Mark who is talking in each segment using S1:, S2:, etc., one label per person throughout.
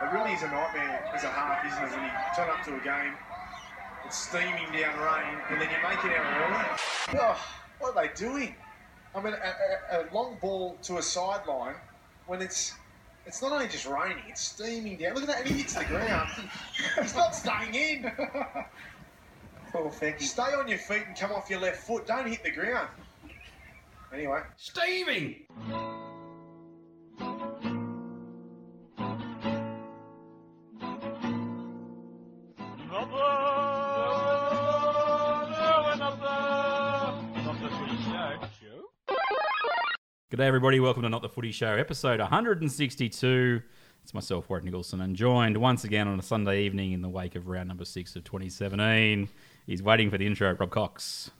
S1: It really is a nightmare as a half, isn't it? When you turn up to a game, it's steaming down rain, and then you make it out of the Oh, what are they doing? I mean, a, a, a long ball to a sideline when it's it's not only just raining, it's steaming down. Look at that, and he hits the ground. He's not staying in. Oh,
S2: Poor Fecky.
S1: Stay on your feet and come off your left foot. Don't hit the ground. Anyway.
S3: Steaming! G'day, everybody. Welcome to Not the Footy Show, episode 162. It's myself, Warren Nicholson, and joined once again on a Sunday evening in the wake of round number six of 2017. He's waiting for the intro, Rob Cox.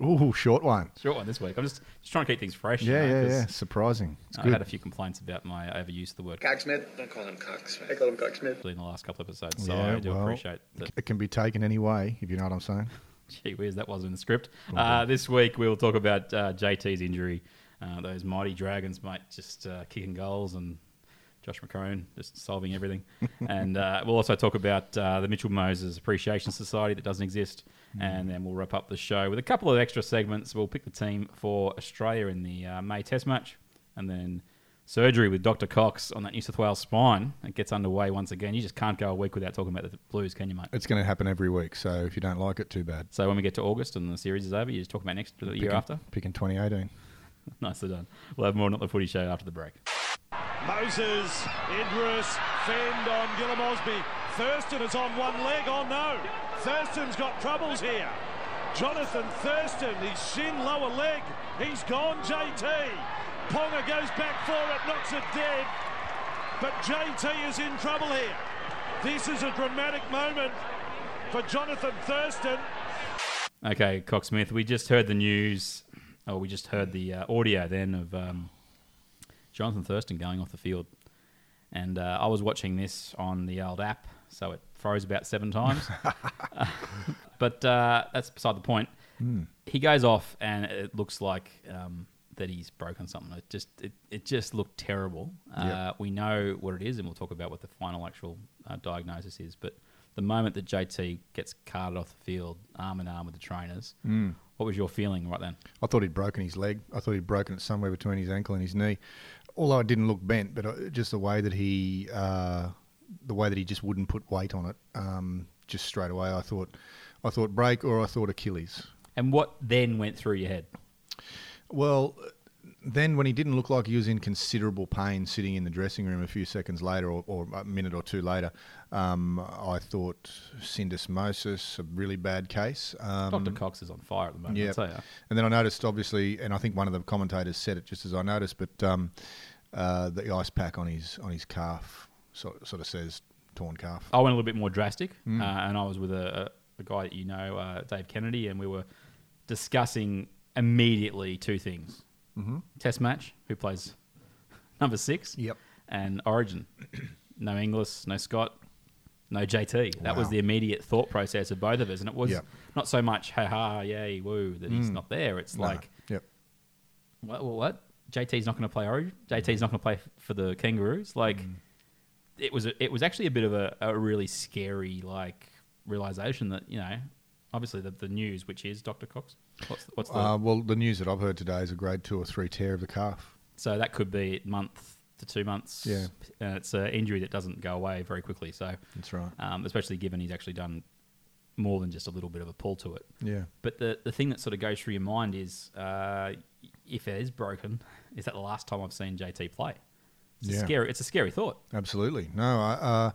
S4: Ooh, short one.
S3: Short one this week. I'm just, just trying to keep things fresh.
S4: Yeah,
S3: you know,
S4: yeah,
S3: 'cause
S4: yeah. Surprising. It's
S3: I had
S4: good.
S3: a few complaints about my overuse of the word
S5: Cocksmith. Don't call him Cocksmith. I call him Cocksmith.
S3: in the last couple of episodes, so
S4: Yeah,
S3: I do
S4: well,
S3: appreciate that.
S4: It can be taken any way, if you know what I'm saying.
S3: Gee whiz, that wasn't in the script. Uh, this week we'll talk about uh, JT's injury. Uh, those mighty dragons, mate, just uh, kicking goals and Josh McCone just solving everything. and uh, we'll also talk about uh, the Mitchell Moses Appreciation Society that doesn't exist. And then we'll wrap up the show with a couple of extra segments. We'll pick the team for Australia in the uh, May Test match, and then surgery with Dr. Cox on that New South Wales spine. It gets underway once again. You just can't go a week without talking about the Blues, can you, mate?
S4: It's going to happen every week, so if you don't like it, too bad.
S3: So when we get to August and the series is over, you just talk about next the year
S4: Picking-
S3: after.
S4: Picking 2018.
S3: Nicely done. We'll have more not the footy show after the break.
S6: Moses, Idris, Fend on Gillum Osby. Thurston is on one leg. Oh no, Thurston's got troubles here. Jonathan Thurston, his shin lower leg. He's gone, JT. Ponga goes back for it, knocks it dead. But JT is in trouble here. This is a dramatic moment for Jonathan Thurston.
S3: Okay, Cocksmith, we just heard the news, or we just heard the uh, audio then of um, Jonathan Thurston going off the field. And uh, I was watching this on the old app, so it froze about seven times. but uh, that's beside the point. He goes off, and it looks like um, that he's broken something. It just it, it just looked terrible. Uh, we know what it is, and we'll talk about what the final actual uh, diagnosis is. But the moment that JT gets carted off the field, arm in arm with the trainers, what was your feeling right then?
S4: I thought he'd broken his leg. I thought he'd broken it somewhere between his ankle and his knee. Although it didn't look bent, but uh, just the way that he, uh, the way that he just wouldn't put weight on it, um, just straight away. I thought, I thought break or I thought Achilles.
S3: And what then went through your head?
S4: Well, then when he didn't look like he was in considerable pain sitting in the dressing room a few seconds later or, or a minute or two later, um, I thought syndesmosis, a really bad case. Um,
S3: Dr. Cox is on fire at the moment.
S4: yeah.
S3: I'll tell ya.
S4: And then I noticed, obviously, and I think one of the commentators said it just as I noticed, but um, uh, the ice pack on his on his calf sort, sort of says torn calf.
S3: I went a little bit more drastic,
S4: Mm.
S3: uh, and I was with a, a, a guy that you know, uh, Dave Kennedy, and we were discussing immediately two things: mm-hmm. Test match, who plays number six,
S4: Yep.
S3: and Origin. no Inglis, no Scott, no JT. That was
S4: Wow.
S3: the immediate thought process of both of us, and it was
S4: Yep. Mm.
S3: not so much "ha ha yay woo" that he's not there. It's like
S4: yep.
S3: what, what, what? JT's not going to play Origin.
S4: Mm-hmm.
S3: JT's not going to play f- for the Kangaroos. Like, it was a, it was actually a bit of a, a really scary like realization that you know, obviously the, the news, which is Doctor Cox. What's the, what's the
S4: Uh, well, the news that I've heard today is a grade two or three tear of the calf.
S3: so that could be month to two months.
S4: Yeah.
S3: and it's an injury that doesn't go away very quickly. So
S4: That's right.
S3: um, especially given he's actually done more than just a little bit of a pull to it.
S4: Yeah.
S3: But the, the thing that sort of goes through your mind is uh, if it is broken, is that the last time I've seen JT play? It's, a,
S4: Yeah.
S3: scary, it's a scary thought.
S4: Absolutely. No, I, uh,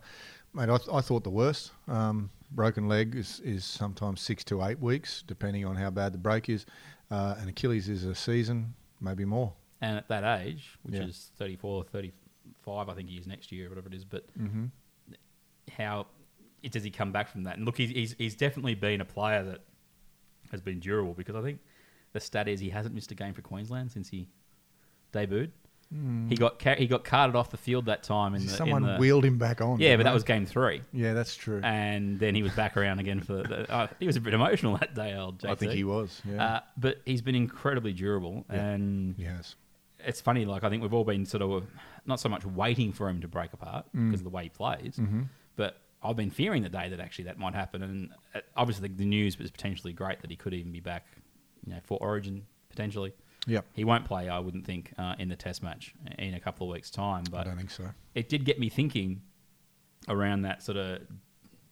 S4: mate, I, I thought the worst. Um, broken leg is, is sometimes six to eight weeks, depending on how bad the break is. Uh, and Achilles is a season, maybe more.
S3: And at that age, which
S4: Yeah.
S3: is 34 or 35, I think he is next year, whatever it is, but
S4: Mm-hmm.
S3: how it, does he come back from that? And look, he's, he's, he's definitely been a player that has been durable because I think the stat is he hasn't missed a game for Queensland since he debuted. He got car- he got carted off the field that time in the, in
S4: Hmm. Someone
S3: the-
S4: wheeled him back on.
S3: yeah,
S4: didn't
S3: but that
S4: they?
S3: was game three,
S4: Yeah, that's true.
S3: and then he was back around again for the, uh, he was a bit emotional that day, old JT.
S4: I think he was. Yeah,
S3: Uh, but he's been incredibly durable, and
S4: he has.
S3: it's funny. Like I think we've all been sort of not so much waiting for him to break apart
S4: Mm.
S3: because of the way he plays,
S4: Mm-hmm.
S3: but I've been fearing the day that actually that might happen. And uh, obviously, the news was potentially great that he could even be back, you know, for Origin potentially.
S4: Yep.
S3: he won't play. I wouldn't think uh, in the Test match in a couple of weeks' time. But
S4: I don't think so.
S3: it did get me thinking around that sort of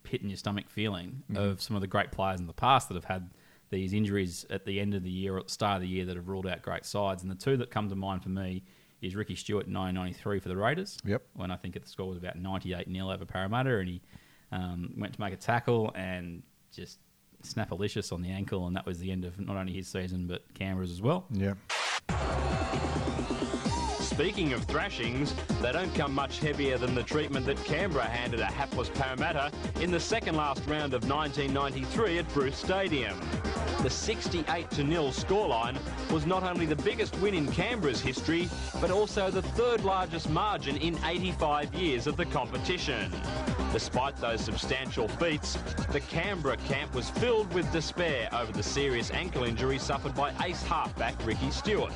S3: pit in your stomach feeling of some of the great players in the past that have had these injuries at the end of the year or at the start of the year that have ruled out great sides. And the two that come to mind for me is Ricky Stewart in 1993 for the Raiders.
S4: Yep.
S3: When I think the score was about 98 0 over Parramatta, and he um, went to make a tackle and just snapalicious on the ankle, and that was the end of not only his season but Canberra's as well.
S4: Yeah.
S7: Speaking of thrashings, they don't come much heavier than the treatment that Canberra handed a hapless Parramatta in the second last round of 1993 at Bruce Stadium. The 68 to nil scoreline was not only the biggest win in Canberra's history, but also the third largest margin in 85 years of the competition. Despite those substantial feats, the Canberra camp was filled with despair over the serious ankle injury suffered by ace halfback Ricky Stewart.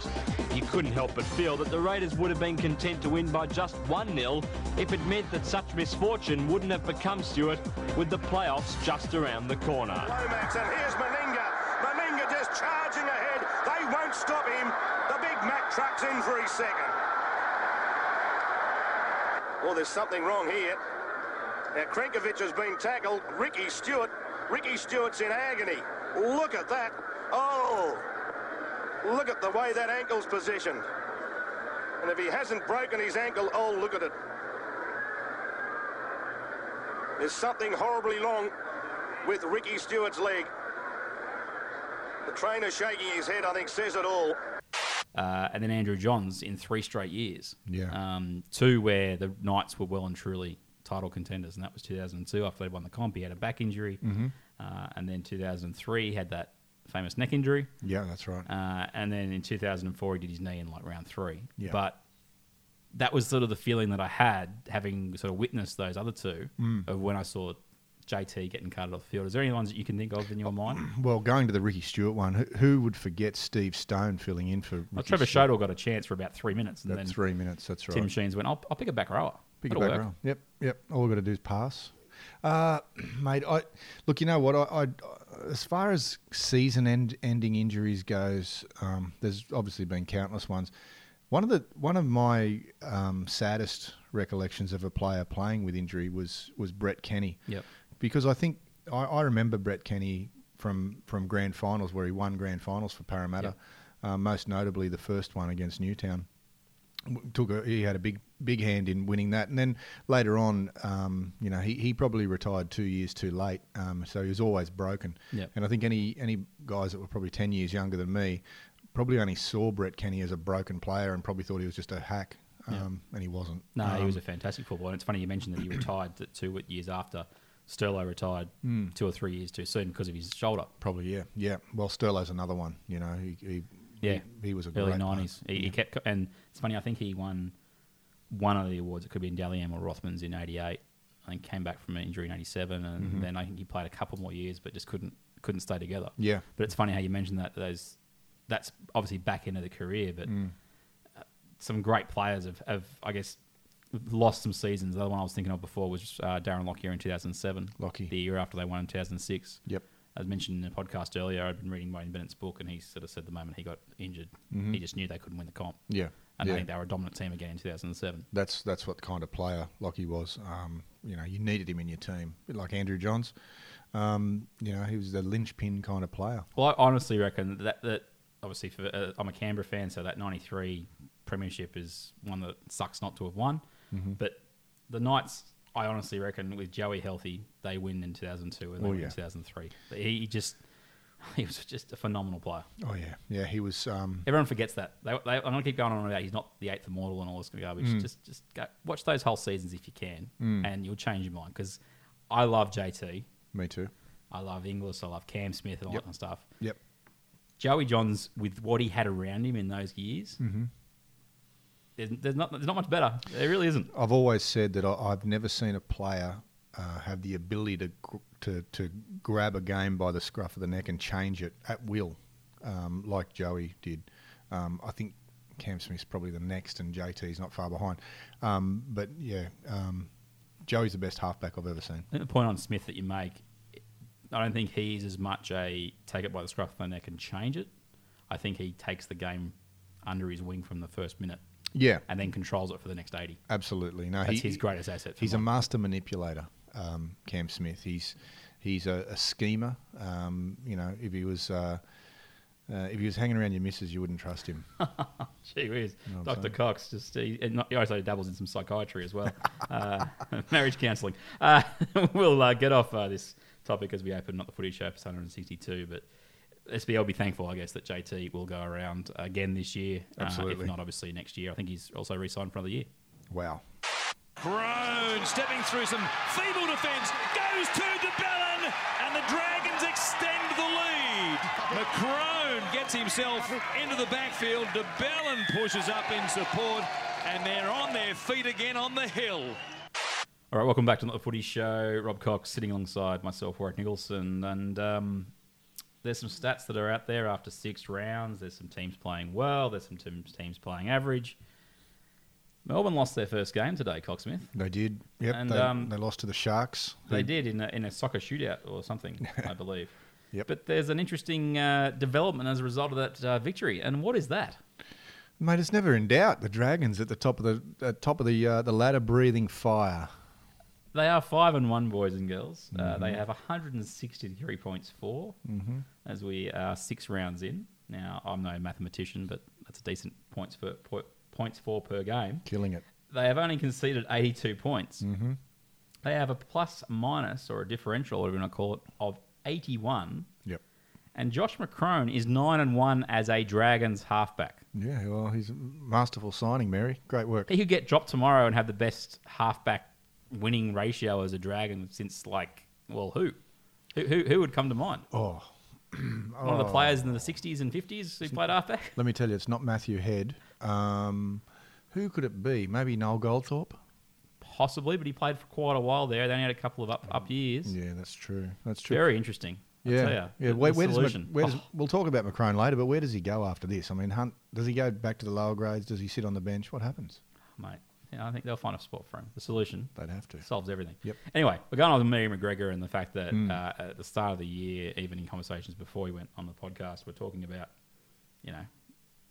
S7: You couldn't help but feel that the Raiders would have been content to win by just 1 0 if it meant that such misfortune wouldn't have become Stewart with the playoffs just around the corner.
S8: Lomax, and here's Meninga. Meninga just charging ahead. They won't stop him. The Big Mac trucks in for his second. Well, there's something wrong here. Now, Krenkovic has been tackled. Ricky Stewart. Ricky Stewart's in agony. Look at that. Oh, look at the way that ankle's positioned. And if he hasn't broken his ankle, oh, look at it. There's something horribly wrong with Ricky Stewart's leg. The trainer shaking his head, I think, says it all.
S3: uh, and then Andrew Johns in three straight years.
S4: Yeah.
S3: Um, two where the Knights were well and truly title contenders, and that was 2002 after they won the comp. He had a back injury,
S4: Mm-hmm.
S3: uh, and then 2003 he had that famous neck injury,
S4: Yeah, that's right.
S3: uh, and then in 2004 he did his knee in like round three.
S4: Yeah.
S3: But that was sort of the feeling that I had having sort of witnessed those other two
S4: Mm.
S3: of when I saw JT getting carted off the field. Is there any ones that you can think of in
S4: Oh,
S3: your mind?
S4: Well, going to the Ricky Stewart one, who, who would forget Steve Stone filling in for Ricky
S3: Well, Oh, Trevor
S4: Stewart?
S3: Shodell got a chance for about three minutes, and
S4: That
S3: then
S4: three minutes, that's right.
S3: Tim Sheens went, "Oh, I'll, I'll pick a back rower.
S4: Pick
S3: That'll
S4: it back
S3: work."
S4: row. Yep, yep. All we've got to do is pass. Uh, mate, I look. You know what? I, I as far as season end, ending injuries goes, um, there's obviously been countless ones. One of the one of my um, saddest recollections of a player playing with injury was was Brett Kenny.
S3: Yep.
S4: Because I think I, I remember Brett Kenny from from grand finals where he won grand finals for Parramatta, uh, most notably the first one against Newtown took a, he had a big big hand in winning that, and then later on, um, you know, he, he probably retired two years too late, um, so he was always broken.
S3: Yep.
S4: And I think any any guys that were probably ten years younger than me probably only saw Brett Kenny as a broken player and probably thought he was just a hack, um, and he wasn't.
S3: No, he
S4: Um,
S3: was a fantastic footballer. And it's funny you mentioned that he retired th- two years after Sterlo retired two or three years too soon because of his shoulder.
S4: probably yeah yeah. Well, Sterlo's another one. You know, he, he
S3: Yeah,
S4: he, he was a
S3: early
S4: great player.
S3: nineties. He, he kept, co- and it's funny. I think he won one of the awards. It could have been Dally M or Rothman's in '88. I think came back from an injury in '87, and
S4: Mm-hmm.
S3: then I think he played a couple more years, but just couldn't couldn't stay together.
S4: Yeah.
S3: But it's funny how you mentioned that those that's obviously back end of the career, but
S4: Mm.
S3: uh, some great players have, have I guess lost some seasons. The other one I was thinking of before was uh, Darren Lockyer in 2007,
S4: Lockie.
S3: the year after they won in 2006.
S4: Yep.
S3: As mentioned in the podcast earlier, I'd been reading Wayne Bennett's book, and he sort of said the moment he got injured, he just knew they couldn't win the comp.
S4: Yeah,
S3: and
S4: Mm-hmm. yeah.
S3: I think they were a dominant team again in 2007.
S4: That's that's what kind of player Lockie was. Um, you know, you needed him in your team, a bit like Andrew Johns. Um, you know, he was the linchpin kind of player.
S3: Well, I honestly reckon that that obviously for, uh, I'm a Canberra fan, so that '93 Premiership is one that sucks not to have won.
S4: Mm-hmm.
S3: But the Knights, I honestly reckon, with Joey healthy, they win in 2002 and they
S4: Oh,
S3: win
S4: yeah.
S3: in 2003. He he just he was just a phenomenal player.
S4: Oh yeah, yeah, he was. Um,
S3: Everyone forgets that. They, they, I'm going to keep going on about he's not the eighth immortal and all this kind of garbage. Just, just go, watch those whole seasons if you can, and you'll change your mind. Because I love JT,
S4: me too.
S3: I love Inglis, I love Cam Smith, and all
S4: Yep.
S3: that kind of stuff.
S4: Yep.
S3: Joey Johns with what he had around him in those years. There's, there's not there's not much better. There really isn't.
S4: I've always said that I, I've never seen a player uh, have the ability to, gr- to to grab a game by the scruff of the neck and change it at will, um, like Joey did. Um, I think Cam Smith's probably the next, and JT's not far behind. Um, but yeah, um, Joey's the best halfback I've ever seen.
S3: I think the point on Smith that you make, I don't think he's as much a take it by the scruff of the neck and change it. I think he takes the game under his wing from the first minute
S4: Yeah,
S3: and then controls it for the next 80.
S4: absolutely. No,
S3: That's
S4: he-
S3: his greatest asset. for
S4: He's a
S3: mine.
S4: master manipulator, um, Cam Smith. He's he's a, a schemer. Um, you know, if he was uh, uh, if he was hanging around your missus, you wouldn't trust him.
S3: Gee whiz.
S4: know what I'm
S3: Dr.
S4: saying?
S3: Cox, just he, and not- he also dabbles in some psychiatry as well, uh, marriage counselling. Uh, we'll uh, get off uh, this topic as we open Not the Footy Show, episode 162, but SBL be thankful, I guess, that JT will go around again this year. uh,
S4: Absolutely.
S3: if not, obviously, next year. I think he's also re signed for another year.
S4: Wow.
S6: Brown stepping through some feeble defence, goes to De Bellin, and the Dragons extend the lead. McCrone gets himself into the backfield. De Bellin pushes up in support, and they're on their feet again on the hill.
S3: All right, welcome back to Not the Footy Show. Rob Cox sitting alongside myself, Warwick Nicholson, and um, there's some stats that are out there after six rounds. There's some teams playing well. There's some teams teams playing average. Melbourne lost their first game today, Coxsmith.
S4: They did. Yep.
S3: And,
S4: they,
S3: um,
S4: they lost to the Sharks.
S3: They
S4: who-
S3: did in a, in a soccer shootout or something, I believe.
S4: Yep.
S3: But there's an interesting uh, development as a result of that uh, victory. And what is that?
S4: Mate, it's never in doubt. The Dragons at the top of the at top of the uh, the ladder, breathing fire.
S3: They are five and one, boys and girls. Uh, they have 163 points for as we are six rounds in. Now I'm no mathematician, but that's a decent points for po- points for per game.
S4: Killing it.
S3: They have only conceded 82 points. They have a plus minus or a differential, whatever you want to call it, of 81.
S4: Yep.
S3: And Josh McCrone is nine and one as a Dragons halfback.
S4: Yeah, well, he's a masterful signing, Mary. Great work.
S3: He could get dropped tomorrow and have the best halfback winning ratio as a Dragon since like well who. Who, who, who would come to mind?
S4: Oh,
S3: One of the players in the 60s and 50s who played halfback?
S4: let me tell you, it's not Matthew Head. Um, who could it be? Maybe Noel Goldthorpe.
S3: Possibly, but he played for quite a while there. They only had a couple of up, up years.
S4: Yeah, that's true. That's true.
S3: Very interesting. I'll
S4: yeah,
S3: tell ya.
S4: yeah.
S3: The-
S4: Where,
S3: the
S4: where does Mc-
S3: solution.
S4: where does,
S3: Oh,
S4: we'll talk about McCrone later, but where does he go after this? I mean, Hunt does he go back to the lower grades? Does he sit on the bench? What happens?
S3: mate, yeah, I think they'll find a spot for him. The solution
S4: They'd have to.
S3: solves everything.
S4: Yep. Hmm.
S3: Anyway, we're going on with Mary McGregor and the fact that uh, at the start of the year, even in conversations before we went on the podcast, we're talking about, you know,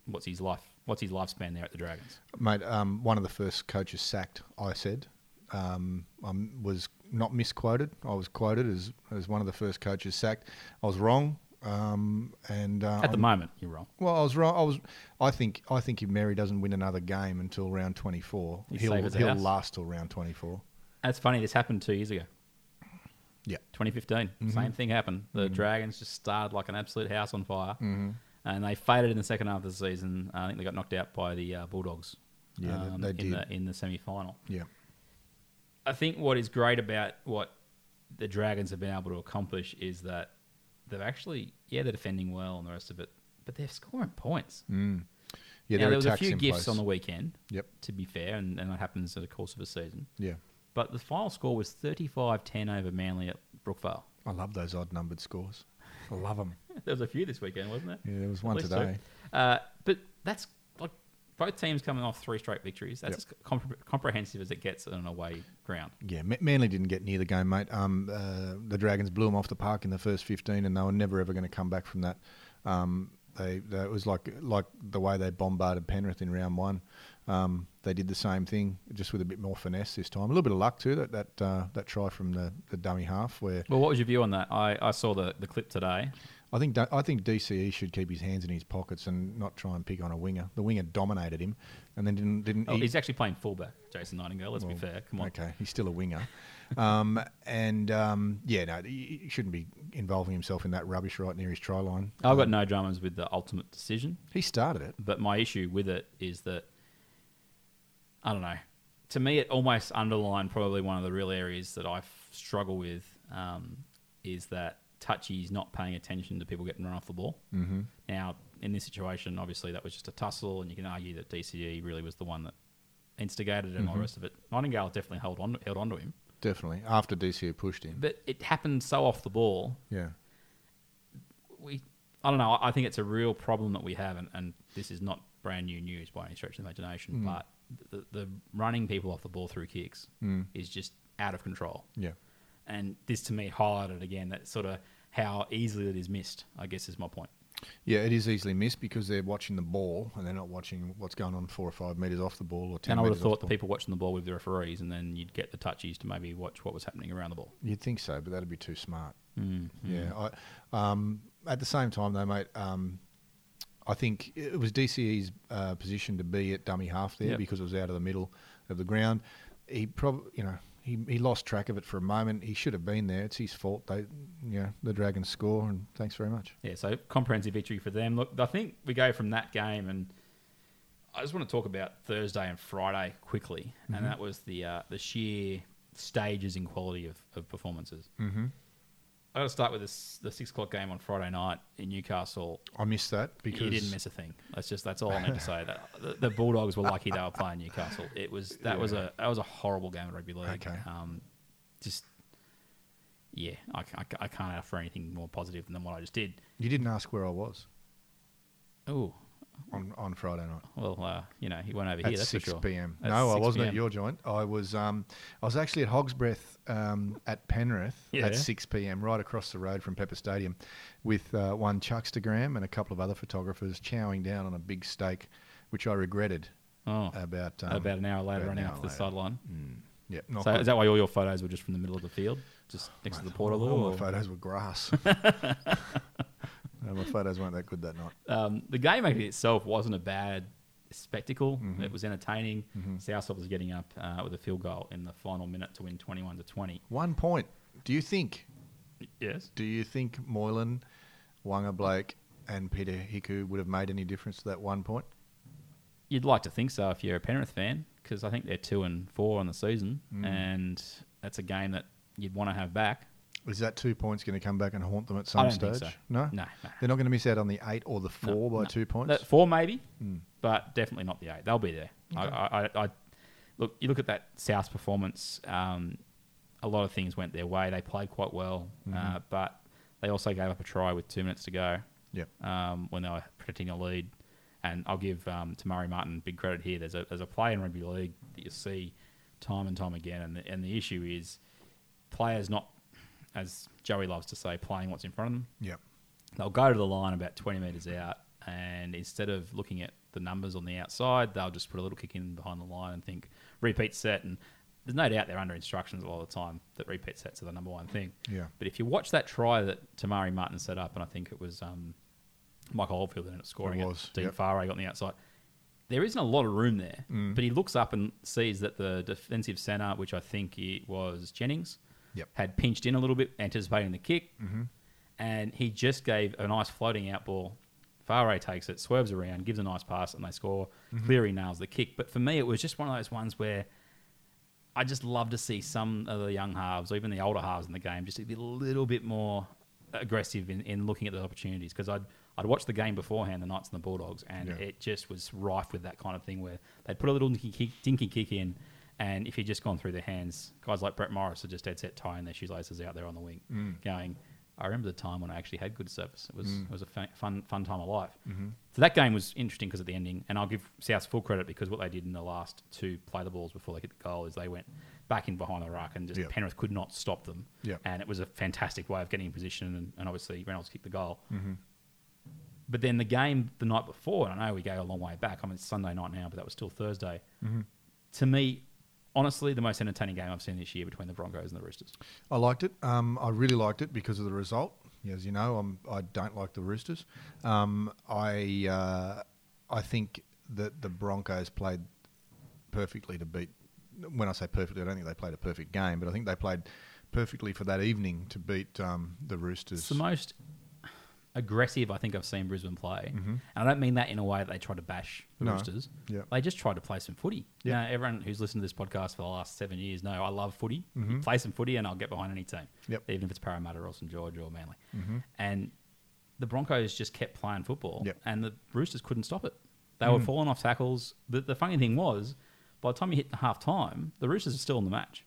S3: what's his life, what's his lifespan there at the Dragons.
S4: Mate, um, one of the first coaches sacked, I said, um, I was not misquoted. I was quoted as, as one of the first coaches sacked. I was wrong. Um, and uh,
S3: At the
S4: I'm-
S3: moment, you're wrong.
S4: Well, I was wrong. I was. I think. I think if Mary doesn't win another game until round twenty four,
S3: He's
S4: he'll
S3: safe as a
S4: he'll
S3: house.
S4: last till round twenty four.
S3: That's funny. This happened two years ago.
S4: Yeah.
S3: 2015.
S4: Mm-hmm.
S3: Same thing happened. The Dragons just started like an absolute house on fire,
S4: Mm-hmm.
S3: and they faded in the second half of the season. I think they got knocked out by the uh, Bulldogs. um,
S4: Yeah, they- they
S3: in
S4: did.
S3: the in the semi final.
S4: Yeah.
S3: I think what is great about what the Dragons have been able to accomplish is that they've actually, yeah, they're defending well and the rest of it, but they're scoring points.
S4: Mm.
S3: now,
S4: Yeah. their
S3: there was a
S4: attack's
S3: few
S4: in
S3: gifts
S4: place.
S3: on the weekend,
S4: Yep.
S3: to be fair, and, and that happens in the course of a season.
S4: Yeah.
S3: But the final score was 35-10 over Manly at Brookvale.
S4: I love those odd numbered scores. I love them.
S3: There was a few this weekend, wasn't there?
S4: Yeah, there was
S3: At
S4: one
S3: least two.
S4: today.
S3: Uh, but that's like both teams coming off three straight victories. That's as compre- comprehensive as it gets on an away ground.
S4: Yeah, Ma- Manly didn't get near the game, mate. Um, uh, the Dragons blew them off the park in the first fifteen, and they were never ever going to come back from that. Um, they, they it was like like the way they bombarded Penrith in round one. Um, they did the same thing, just with a bit more finesse this time. A little bit of luck too. That that uh, that try from the, the dummy half, where
S3: Well, what was your view on that? I, I saw the, the clip today.
S4: I think I think DCE should keep his hands in his pockets and not try and pick on a winger. The winger dominated him, and then didn't didn't.
S3: Oh,
S4: he-
S3: he's actually playing fullback, Jason Nightingale. Let's be
S4: Well,
S3: fair. Come on.
S4: Okay, he's still a winger. um, and um, yeah, no, he he shouldn't be involving himself in that rubbish right near his try line.
S3: I've got no dramas with the ultimate decision,
S4: He started it.
S3: but my issue with it is that I don't know. To me, it almost underlined probably one of the real areas that I f- struggle with um, is that touchy's not paying attention to people getting run off the ball. Mm-hmm. Now, in this situation, obviously that was just a tussle, and you can argue that DCE really was the one that instigated it and
S4: Mm-hmm.
S3: all the rest of it. Nightingale definitely held on held on to him,
S4: Definitely after DCE pushed him.
S3: but it happened so off the ball
S4: Yeah,
S3: we I don't know. I think it's a real problem that we have, and, and this is not brand new news by any stretch of the imagination,
S4: Mm.
S3: but the, the running people off the ball through kicks
S4: Mm.
S3: is just out of control.
S4: Yeah.
S3: And this to me highlighted again that sort of how easily it is missed, I guess is my point.
S4: Yeah, it is easily missed because they're watching the ball and they're not watching what's going on four or five metres off the ball or 10
S3: And I would have
S4: metres off
S3: thought the
S4: the ball.
S3: people watching the ball with the referees, and then you'd get the touchies to maybe watch what was happening around the ball.
S4: You'd think so, but that'd be too smart.
S3: Mm-hmm.
S4: Yeah. I, um, at the same time, though, mate, um, I think it was DCE's uh, position to be at dummy half there
S3: Yep.
S4: because it was out of the middle of the ground. He probably, you know, he, he lost track of it for a moment. He should have been there. It's his fault. They, you know, the Dragons score, and thanks very much.
S3: Yeah, so comprehensive victory for them. Look, I think we go from that game, and I just want to talk about Thursday and Friday quickly,
S4: Mm-hmm.
S3: and that was the uh, the sheer stages in quality of, of performances. Mm-hmm. I got to start with this, the six o'clock game on Friday night in Newcastle.
S4: I missed that because
S3: you didn't miss a thing. That's just that's all I need to say. That the, the Bulldogs were lucky they were playing Newcastle. It was that was a that was a horrible game of rugby league.
S4: Okay.
S3: Um, just yeah, I, ca- I, ca- I can't offer anything more positive than what I just did.
S4: You didn't ask where I was
S3: Oh
S4: on, on Friday night.
S3: well, uh, you know he went over
S4: At
S3: here. That's
S4: six
S3: for sure.
S4: p.m.
S3: At
S4: no, I
S3: 6
S4: wasn't at
S3: p.m..
S4: your joint. I was. Um, I was actually at Hogs Breath um, at Penrith
S3: Yeah.
S4: at six p.m. right across the road from Pepper Stadium, with uh, one Chuckstagram and a couple of other photographers chowing down on a big steak, which I regretted.
S3: Oh,
S4: about um,
S3: about an hour later,
S4: about an
S3: running
S4: hour
S3: off the
S4: later.
S3: sideline.
S4: Yeah, not
S3: So
S4: good.
S3: is that why all your photos were just from the middle of the field, just
S4: Oh,
S3: next to the portal?
S4: All my
S3: Or?
S4: photos were grass. no, my photos weren't that good that night.
S3: um, the game actually itself wasn't a bad spectacle.
S4: Mm-hmm.
S3: It was entertaining. Southall was getting up uh, with a field goal in the final minute to win twenty-one to twenty.
S4: One point. Do you think?
S3: Yes.
S4: Do you think Moylan, Wanga Blake, and Peter Hiku would have made any difference to that one point?
S3: You'd like to think so if you're a Penrith fan, because I think they're two and four on the season,
S4: Mm.
S3: and that's a game that you'd want to have back.
S4: Is that two points going to come back and haunt them at some
S3: don't think
S4: stage?
S3: so.
S4: No?
S3: No, no.
S4: They're not going to miss out on the eight or the
S3: No,
S4: four by
S3: no.
S4: two points?
S3: That- four maybe, but definitely not the eight. They'll be there. I, I, I, I look. You look at that South performance. Um, a lot of things went their way. They played quite well, uh, but they also gave up a try with two minutes to go
S4: yeah.
S3: um, when they were protecting a lead. And I'll give um, Tamari Martin big credit here. There's a, there's a play in rugby league that you see time and time again, and the, and the issue is players not, as Joey loves to say, playing what's in front of them
S4: Yeah.
S3: they'll go to the line about 20 metres out and instead of looking at the numbers on the outside they'll just put a little kick in behind the line and think repeat set and there's no doubt they're under instructions a lot of the time that repeat sets are the number one thing
S4: Yeah.
S3: but if you watch that try that tamari martin set up and i think it was um, michael oldfield ended up scoring
S4: It
S3: it,
S4: was,
S3: dean
S4: yep.
S3: Farah got on the outside there isn't a lot of room there but he looks up and sees that the defensive centre which i think it was jennings
S4: Yep.
S3: had pinched in a little bit anticipating the kick and he just gave a nice floating out ball. Farai takes it, swerves around, gives a nice pass, and they score. Cleary nails the kick. But for me, it was just one of those ones where I just love to see some of the young halves, or even the older halves in the game, just to be a little bit more aggressive in, in looking at the opportunities. Because I'd, I'd watched the game beforehand, the Knights and the Bulldogs, and
S4: Yeah.
S3: it just was rife with that kind of thing where they'd put a little dinky kick, dinky kick in, and if you'd just gone through their hands, guys like Brett Morris are just dead set tying their shoelaces out there on the wing, going, I remember the time when I actually had good service. It was
S4: Mm.
S3: it was a fa- fun fun time of life.
S4: Mm-hmm.
S3: So that game was interesting because of the ending, and I'll give South full credit because what they did in the last two play the balls before they hit the goal is they went back in behind the ruck and just
S4: Yep.
S3: Penrith could not stop them.
S4: Yep.
S3: And it was a fantastic way of getting in position, and, and obviously Reynolds kicked the goal.
S4: Mm-hmm.
S3: But then the game the night before, and I know we go a long way back. I mean, it's Sunday night now, but that was still Thursday.
S4: Mm-hmm.
S3: To me, honestly, the most entertaining game I've seen this year between the Broncos and the Roosters.
S4: I liked it. Um, I really liked it because of the result. As you know, I'm, I don't like the Roosters. Um, I uh, I think that the Broncos played perfectly to beat. When I say perfectly, I don't think they played a perfect game, but I think they played perfectly for that evening to beat um, the Roosters.
S3: It's the most aggressive I think I've seen Brisbane play. And I don't mean that in a way that they tried to bash the
S4: No.
S3: Roosters.
S4: Yeah.
S3: They just tried to play some footy.
S4: Yeah.
S3: Now, everyone who's listened to this podcast for the last seven years know I love footy. Play some footy and I'll get behind any team,
S4: Yep.
S3: even if it's Parramatta or St George or Manly. And the Broncos just kept playing football
S4: Yep.
S3: and the Roosters couldn't stop it. They were falling off tackles. The, the funny thing was, by the time you hit the half time, the Roosters are still in the match.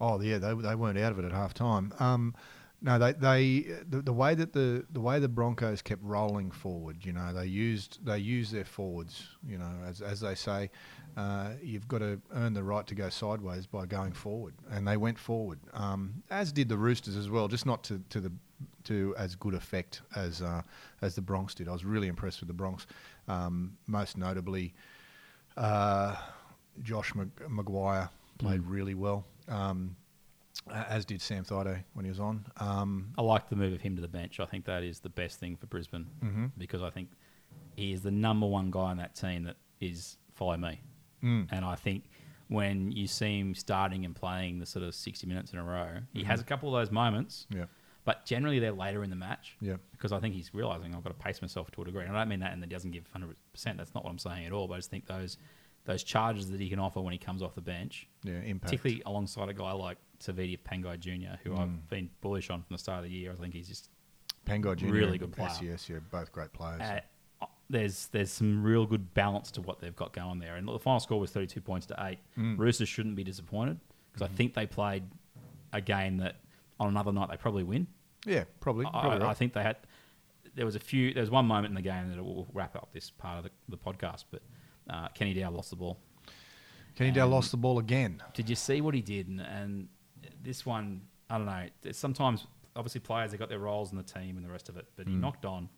S4: Oh yeah, they, they weren't out of it at half time. Um, No, they they the, the way that the the way the Broncos kept rolling forward, you know, they used they used their forwards, you know, as as they say, uh, you've got to earn the right to go sideways by going forward, and they went forward, um, as did the Roosters as well, just not to, to the to as good effect as uh, as the Bronx did. I was really impressed with the Bronx, um, most notably, uh, Josh Mag- Maguire played really well. Um, a- as did Sam Thido when he was on. Um,
S3: I like the move of him to the bench. I think that is the best thing for Brisbane
S4: Mm-hmm.
S3: because I think he is the number one guy on that team that is follow me.
S4: Mm.
S3: And I think when you see him starting and playing the sort of 60 minutes in a row, he has a couple of those moments.
S4: Mm-hmm. Yeah.
S3: But generally, they're later in the match.
S4: Yeah.
S3: Because I think he's realizing I've got to pace myself to a degree. And I don't mean that and that he doesn't give 100%. That's not what I'm saying at all. But I just think those those charges that he can offer when he comes off the bench,
S4: Yeah, impact.
S3: particularly alongside a guy like Savidi Pangai Jr., who I've been bullish on from the start of the year. I think he's just
S4: Pangai Jr.
S3: Really
S4: and
S3: good player.
S4: SES, yeah, both great players.
S3: uh, there's there's some real good balance to what they've got going there. And look, the final score was 32 points to eight. Roosters shouldn't be disappointed because I think they played a game that on another night they probably win.
S4: yeah, probably.
S3: I-
S4: probably
S3: I,
S4: right.
S3: I think they had. There was a few. There was one moment in the game that will wrap up this part of the, the podcast. But uh, Kenny Dow lost the ball.
S4: Kenny
S3: um,
S4: Dow lost the ball again.
S3: Did you see what he did? And, and this one, I don't know. There's Sometimes, obviously, players they got their roles in the team and the rest of it. But he knocked on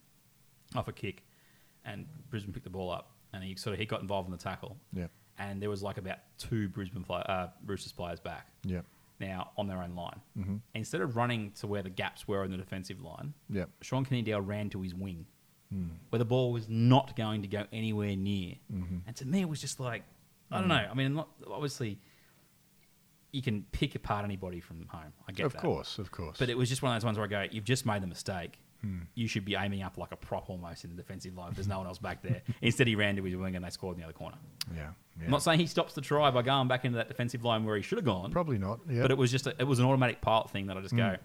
S3: off a kick, and Brisbane picked the ball up, and he sort of he got involved in the tackle.
S4: Yeah.
S3: And there was like about two Brisbane play, uh, Roosters players back.
S4: Yeah.
S3: Now on their own line. Mm-hmm. Instead of running to where the gaps were in the defensive line,
S4: Yeah.
S3: Sean Kennedale ran to his wing,
S4: Hmm.
S3: where the ball was not going to go anywhere near.
S4: Mm-hmm.
S3: And to me, it was just like, I
S4: Hmm.
S3: don't know. I mean, not, obviously, you can pick apart anybody from home. I get
S4: Of
S3: that.
S4: course, of course.
S3: But it was just one of those ones where I go, you've just made the mistake.
S4: Hmm.
S3: You should be aiming up like a prop almost in the defensive line. There's no one else back there. Instead, he ran to his wing and they scored in the other corner.
S4: yeah, yeah.
S3: I'm not saying he stops the try by going back into that defensive line where he should have gone.
S4: probably not. Yeah, Mm.
S3: But it was just a, it was an automatic pilot thing that I just go,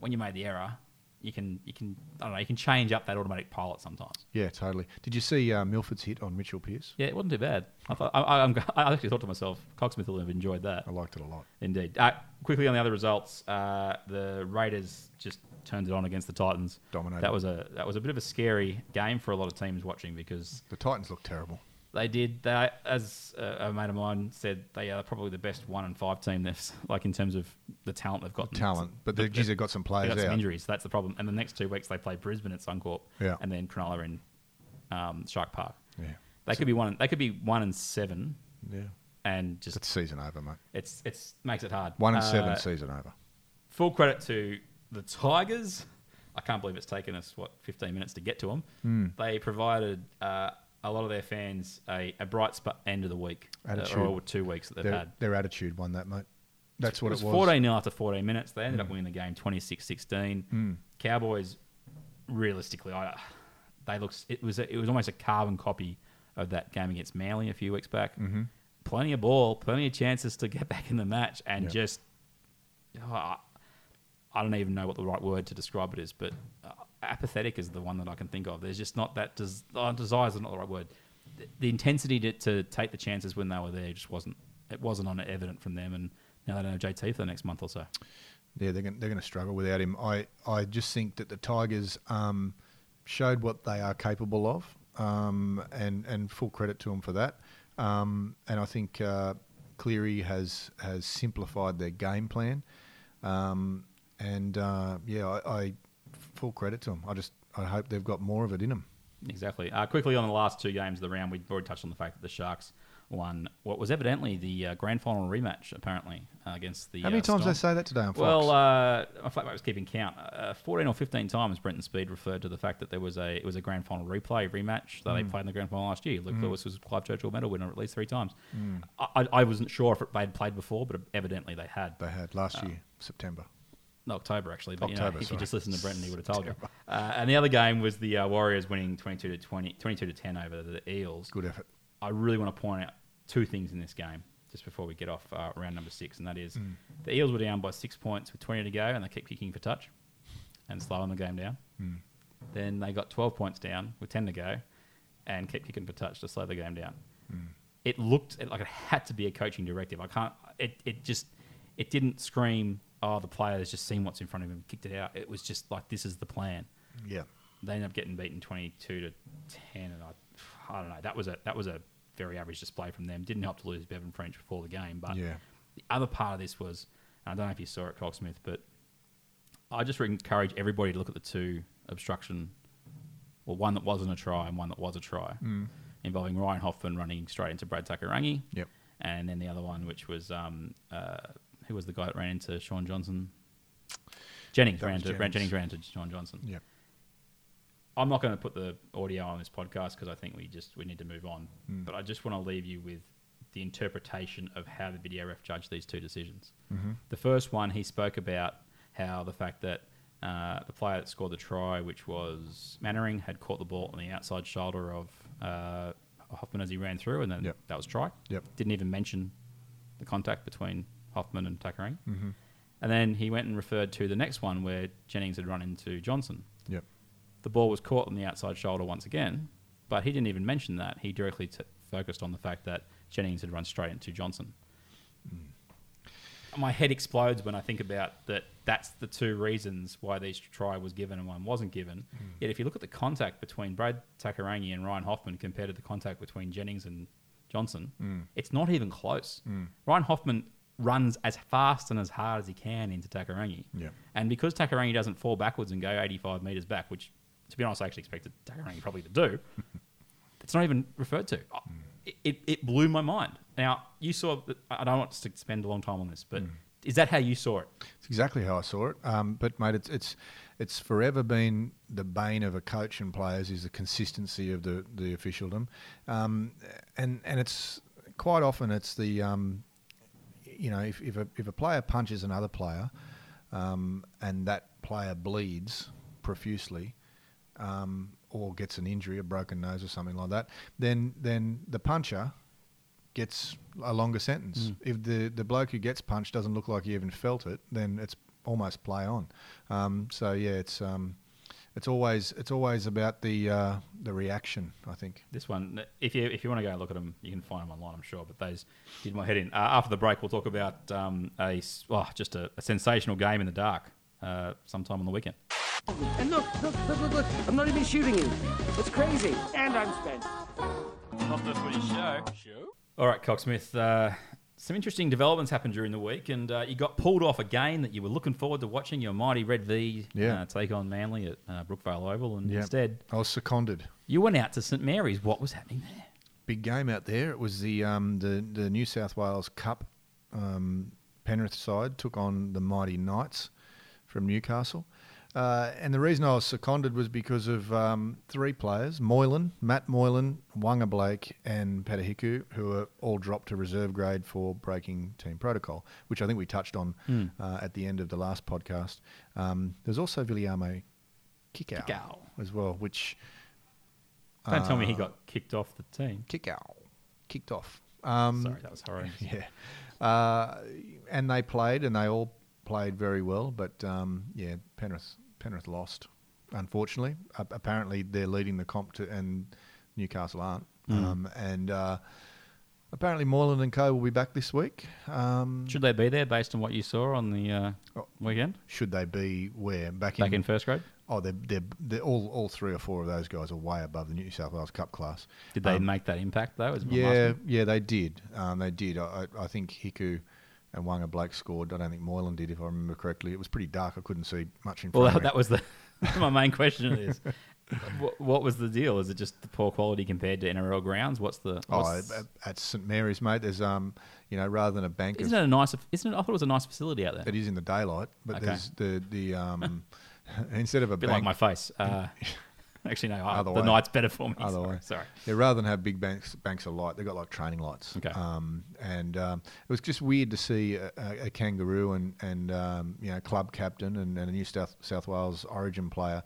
S3: when you made the error, you can you can I don't know you can change up that automatic pilot sometimes.
S4: yeah, totally. Did you see uh, Milford's hit on Mitchell Pearce?
S3: Yeah, it wasn't too bad. I thought I, I, I'm, I actually thought to myself, Cogsmith will have enjoyed that.
S4: I liked it a lot.
S3: Indeed. Uh, quickly on the other results, uh, the Raiders just turned it on against the Titans.
S4: Dominated.
S3: That was a that was a bit of a scary game for a lot of teams watching because
S4: The Titans looked terrible.
S3: they did they as uh, a mate of mine said they are probably the best one and five team that's like in terms of the talent they've got.
S4: Talent, but the, geez, they got some
S3: They
S4: players
S3: got some
S4: out.
S3: injuries. That's the problem. And the next two weeks they play Brisbane at Suncorp,
S4: Yeah.
S3: and then Cronulla in um, Shark Park.
S4: Yeah.
S3: They could be one. They could be one and seven,
S4: Yeah,
S3: and just
S4: it's season over, mate.
S3: it's it's makes it hard.
S4: One and seven,
S3: Uh,
S4: season over.
S3: full credit to the Tigers. I can't believe it's taken us what 15 minutes to get to them.
S4: Hmm.
S3: They provided uh, a lot of their fans a, a bright spot end of the week, uh,
S4: Attitude.
S3: or two weeks that they've
S4: Their,
S3: had.
S4: their attitude won that, mate. That's what
S3: it was.
S4: it was.
S3: 14
S4: Hmm.
S3: 0 after 14 minutes. They ended up winning the game 26 16. Cowboys, realistically, I, they looked, it was, a, it was almost a carbon copy of that game against Manly a few weeks back. Mm-hmm. Plenty of ball, plenty of chances to get back in the match, and just, oh, I- I don't even know what the right word to describe it is, but uh, apathetic is the one that I can think of. There's just not that des- oh, desire is not the right word. The, the intensity to, to take the chances when they were there just wasn't. It wasn't on evident from them, and now they don't have JT for the next month or so.
S4: Yeah, they're going, they're going to struggle without him. I, I just think that the Tigers um, showed what they are capable of, um, and and full credit to them for that. Um, and I think uh, Cleary has has simplified their game plan, um, and uh, yeah, I, I full credit to them. I just I hope they've got more of it in them.
S3: Exactly. Uh, quickly on the last two games of the round, we've already touched on the fact that the Sharks won what was evidently the uh, grand final rematch, apparently uh, against the.
S4: How many
S3: uh,
S4: times
S3: Storm.
S4: they say that today on Fox?
S3: Well, uh, my flatmate was keeping count. Uh, 14 or 15 times Brenton Speed referred to the fact that there was a it was a grand final replay rematch that they played in the grand final last year. Luke Lewis was Clive Churchill medal winner at least three times. I, I- I wasn't sure if it, they'd played before, but evidently they had.
S4: they had last
S3: uh,
S4: year September.
S3: No, October actually, but you know,
S4: October,
S3: if you
S4: sorry.
S3: just listened to Brenton, he would have told you. Uh, and the other game was the uh, Warriors winning 22 to 20, 22 to 10 over the Eels.
S4: Good effort.
S3: I really want to point out two things in this game just before we get off uh, round number six, and that is
S4: Mm.
S3: the Eels were down by six points with 20 to go, and they kept kicking for touch and slowing the game down.
S4: Mm.
S3: Then they got 12 points down with 10 to go and kept kicking for touch to slow the game down. It looked it- like it had to be a coaching directive. I can't, it, it just, it didn't scream oh, the player has just seen what's in front of him, kicked it out. It was just like this is the plan.
S4: Yeah.
S3: They ended up getting beaten twenty-two to ten, and I, I don't know. That was a that was a very average display from them. Didn't help to lose Bevan French before the game, but
S4: Yeah.
S3: the other part of this was, and I don't know if you saw it, Cocksmith, but I just encourage everybody to look at the two obstruction, well, one that wasn't a try and one that was a try, involving Ryan Hoffman running straight into Brad Takarangi.
S4: Mm. Yep.
S3: And then the other one, which was um, uh, who was the guy that ran into Sean Johnson? Jennings
S4: That
S3: ran
S4: was
S3: into Jennings.
S4: Jennings.
S3: Jennings ran into Sean Johnson.
S4: Yeah.
S3: I'm not going to put the audio on this podcast because I think we just we need to move on.
S4: Hmm.
S3: But I just want to leave you with the interpretation of how the video ref judged these two decisions.
S4: Mm-hmm.
S3: The first one he spoke about how the fact that uh, the player that scored the try, which was Mannering, had caught the ball on the outside shoulder of uh, Hoffman as he ran through, and then
S4: Yep.
S3: that was try.
S4: Yep.
S3: Didn't even mention the contact between Hoffman and Tuckering.
S4: Mm-hmm.
S3: And then he went and referred to the next one where Jennings had run into Johnson
S4: Yep.
S3: the ball was caught on the outside shoulder once again, but he didn't even mention that. He directly t- focused on the fact that Jennings had run straight into Johnson. My head explodes when I think about that. That's the two reasons why these try was given and one wasn't given. Yet, if you look at the contact between Brad Takarangi and Ryan Hoffman compared to the contact between Jennings and Johnson, it's not even close. Ryan Hoffman runs as fast and as hard as he can into Takarangi.
S4: Yeah.
S3: And because Takarangi doesn't fall backwards and go 85 metres back, which, to be honest, I actually expected Takarangi probably to do, it's not even referred to. I- It, it, blew my mind. Now, you saw, that- I don't want to spend a long time on this, but is that how you saw it?
S4: It's exactly how I saw it. Um, but mate, it's it's it's forever been the bane of a coach and players is the consistency of the the officialdom, um, and and it's quite often it's the um, you know if if a, if a player punches another player, um, and that player bleeds profusely, um, or gets an injury, a broken nose or something like that, then then the puncher gets a longer sentence. If the, the bloke who gets punched doesn't look like he even felt it, then it's almost play on. Um, so yeah, it's um, it's always it's always about the uh, the reaction. I think.
S3: This one, if you if you want to go and look at them, you can find them online, I'm sure. But those did my head in. Uh, after the break, we'll talk about um, a s- oh, just a, a sensational game in the dark uh, sometime on the weekend.
S9: And look, look, look, look, look. I'm not even shooting you. It's crazy. And I'm spent.
S3: All right, Cocksmith. Uh, some interesting developments happened during the week, and uh, you got pulled off a game that you were looking forward to watching. Your mighty Red V
S4: Yeah.
S3: uh, take on Manly at uh, Brookvale Oval, and instead
S4: I was seconded.
S3: you went out to St Mary's. What was happening there?
S4: Big game out there. It was the um, the the New South Wales Cup. Um, Penrith side took on the mighty Knights from Newcastle. Uh, and the reason I was seconded was because of um, three players: Moylan, Matt Moylan, Wanga Blake, and Patahiku, who are all dropped to reserve grade for breaking team protocol, which I think we touched on uh, at the end of the last podcast. Um, there's also Viliamo Kikau,
S3: Kikau.
S4: as well, which
S3: Don't tell me he got kicked off the team.
S4: Kikau kicked off. Um,
S3: Sorry, that was horrendous.
S4: yeah. Uh, and they played, and they all played very well. But um, yeah, Penrith Penrith lost, unfortunately. A- apparently, they're leading the comp, to, and Newcastle aren't.
S3: Mm.
S4: Um, and uh, apparently, Moreland and Co will be back this week. Um,
S3: Should they be there based on what you saw on the uh,
S4: Oh.
S3: weekend?
S4: should they be where back in?
S3: Back in first grade?
S4: oh, they're, they're, they're all all three or four of those guys are way above the New South Wales Cup class.
S3: Did they
S4: Um,
S3: make that impact though? Is my
S4: Yeah,
S3: last one?
S4: yeah, they did. Um, they did. I, I I think Hiku and Wanga Blake scored. I don't think Moylan did, if I remember correctly. It was pretty dark. I couldn't see much in front
S3: Well,
S4: of
S3: that,
S4: me.
S3: that was the my main question is, what, what was the deal? Is it just the poor quality compared to NRL grounds? What's the? what's-
S4: Oh, at- at St Mary's, mate. There's um, you know, rather than a bank,
S3: isn't it a nice? Isn't it? I thought it was a nice facility out there.
S4: it is in the daylight, but
S3: Okay.
S4: there's the the um, instead of a
S3: bit
S4: bank,
S3: like my face. Uh, actually, no, I,
S4: Other
S3: the
S4: way.
S3: night's better for me.
S4: Other
S3: sorry,
S4: way.
S3: sorry.
S4: Yeah, rather than have big banks banks of light, they've got like training lights.
S3: Okay.
S4: Um, and um, it was just weird to see a, a a kangaroo and and um, you know club captain and, and a new South South Wales Origin player.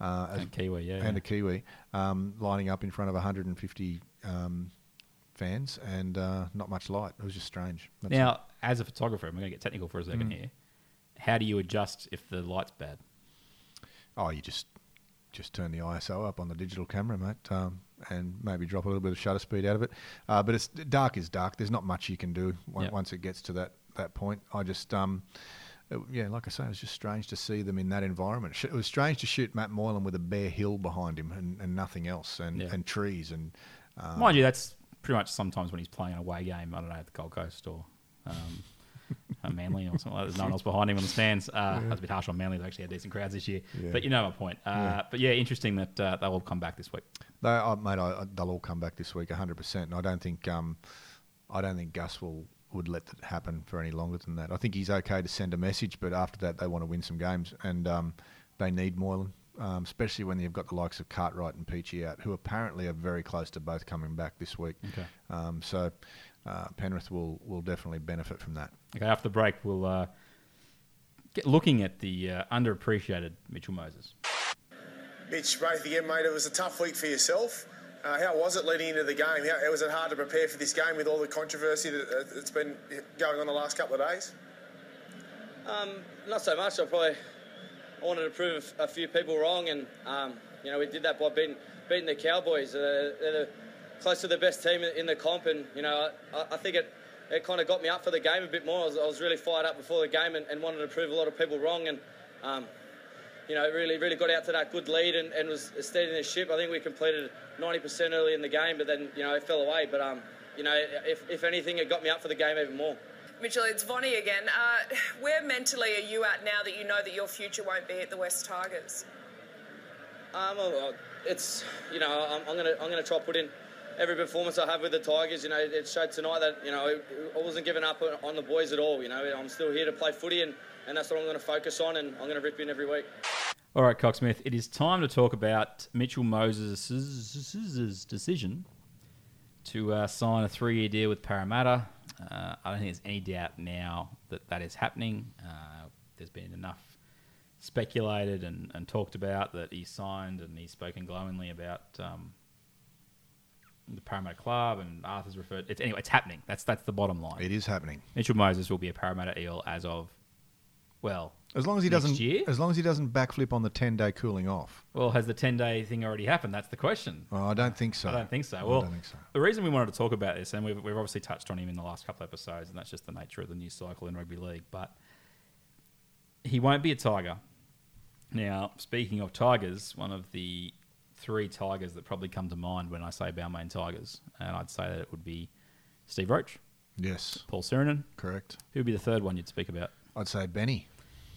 S4: Uh, as-
S3: And Kiwi, yeah,
S4: and
S3: yeah.
S4: a Kiwi um, lining up in front of 150 um, fans, and uh, not much light. It was just strange. That's it.
S3: Now, as a photographer, I'm going to get technical for a second here. How do you adjust if the light's bad?
S4: oh, you just just turn the ISO up on the digital camera, mate, um, and maybe drop a little bit of shutter speed out of it. Uh, but it's dark is dark. There's not much you can do on-
S3: Yeah.
S4: once it gets to that that point. I just um, it, yeah, like I say, it was just strange to see them in that environment. Sh- It was strange to shoot Matt Moylan with a bare hill behind him and, and nothing else, and,
S3: Yeah.
S4: and trees and uh,
S3: Mind you, that's pretty much sometimes when he's playing an away game. I don't know at the Gold Coast or um, at Manly or something like that. There's no one else behind him on the stands. Uh, That's a bit harsh on Manly. They actually had decent crowds this year,
S4: Yeah.
S3: but you know my point. Uh, But yeah, interesting that uh, they will come back this week.
S4: They, I, mate, I, I- they'll all come back this week, hundred percent. And I don't think, um, I don't think Gus will would let that happen for any longer than that. I think he's okay to send a message, but after that, they want to win some games, and um, they need Moylan, um, especially when you've got the likes of Cartwright and Peachy out, who apparently are very close to both coming back this week.
S3: Okay.
S4: Um, so uh, Penrith will will definitely benefit from that.
S3: Okay, after the break, we'll uh, get looking at the uh, underappreciated Mitchell Moses.
S1: Mitch, both again, mate. It was a tough week for yourself. Uh, how was it leading into the game? How, was it hard to prepare for this game with all the controversy that, uh, that's been going on the last couple of days?
S10: Not so much. I probably I wanted to prove a few people wrong, and um, you know we did that by beating beating the Cowboys. Uh, they're the, close to the best team in- in the comp, and you know I, I think it it kind of got me up for the game a bit more. I was, I was really fired up before the game and, and wanted to prove a lot of people wrong, and um, you know really really got out to that good lead and, and was steadying the ship. I think we completed 90% early in the game, but then you know it fell away. But um, you know if, if anything, it got me up for the game even more.
S11: Mitchell, it's Vonnie again. Uh, where mentally are you at now that you know that your future won't be at the West Tigers?
S10: Um, well, it's you know I'm, I'm gonna I'm gonna try to put in every performance I have with the Tigers. You know it showed tonight that you know I wasn't giving up on- on the boys at all. You know I'm still here to play footy and, and that's what I'm gonna focus on and I'm gonna rip in every week.
S3: All right, Cocksmith, it is time to talk about Mitchell Moses' decision to uh, sign a three year deal with Parramatta. Uh, I don't think there's any doubt now that that is happening. Uh, there's been enough speculated and, and talked about that he signed, and he's spoken glowingly about um, the Parramatta Club, and Arthur's referred. It's, anyway, it's happening. That's, that's the bottom line.
S4: It is happening
S3: Mitchell Moses will be a Parramatta Eel as of, well,
S4: as long as he
S3: Next
S4: doesn't
S3: year?
S4: as long as he doesn't backflip on the ten day cooling off.
S3: well, has the 10 day thing already happened? That's the question.
S4: Well, I don't think so.
S3: I don't think so.
S4: I
S3: Well,
S4: don't think so.
S3: the reason we wanted to talk about this, and we've, we've obviously touched on him in the last couple of episodes, and that's just the nature of the news cycle in rugby league, but he won't be a Tiger. Now, speaking of Tigers, one of the three Tigers that probably come to mind when I say Balmain Tigers, and I'd say that it would be Steve Roach,
S4: Yes,
S3: Paul Sirinen.
S4: correct.
S3: Who would be the third one you'd speak about?
S4: I'd say Benny.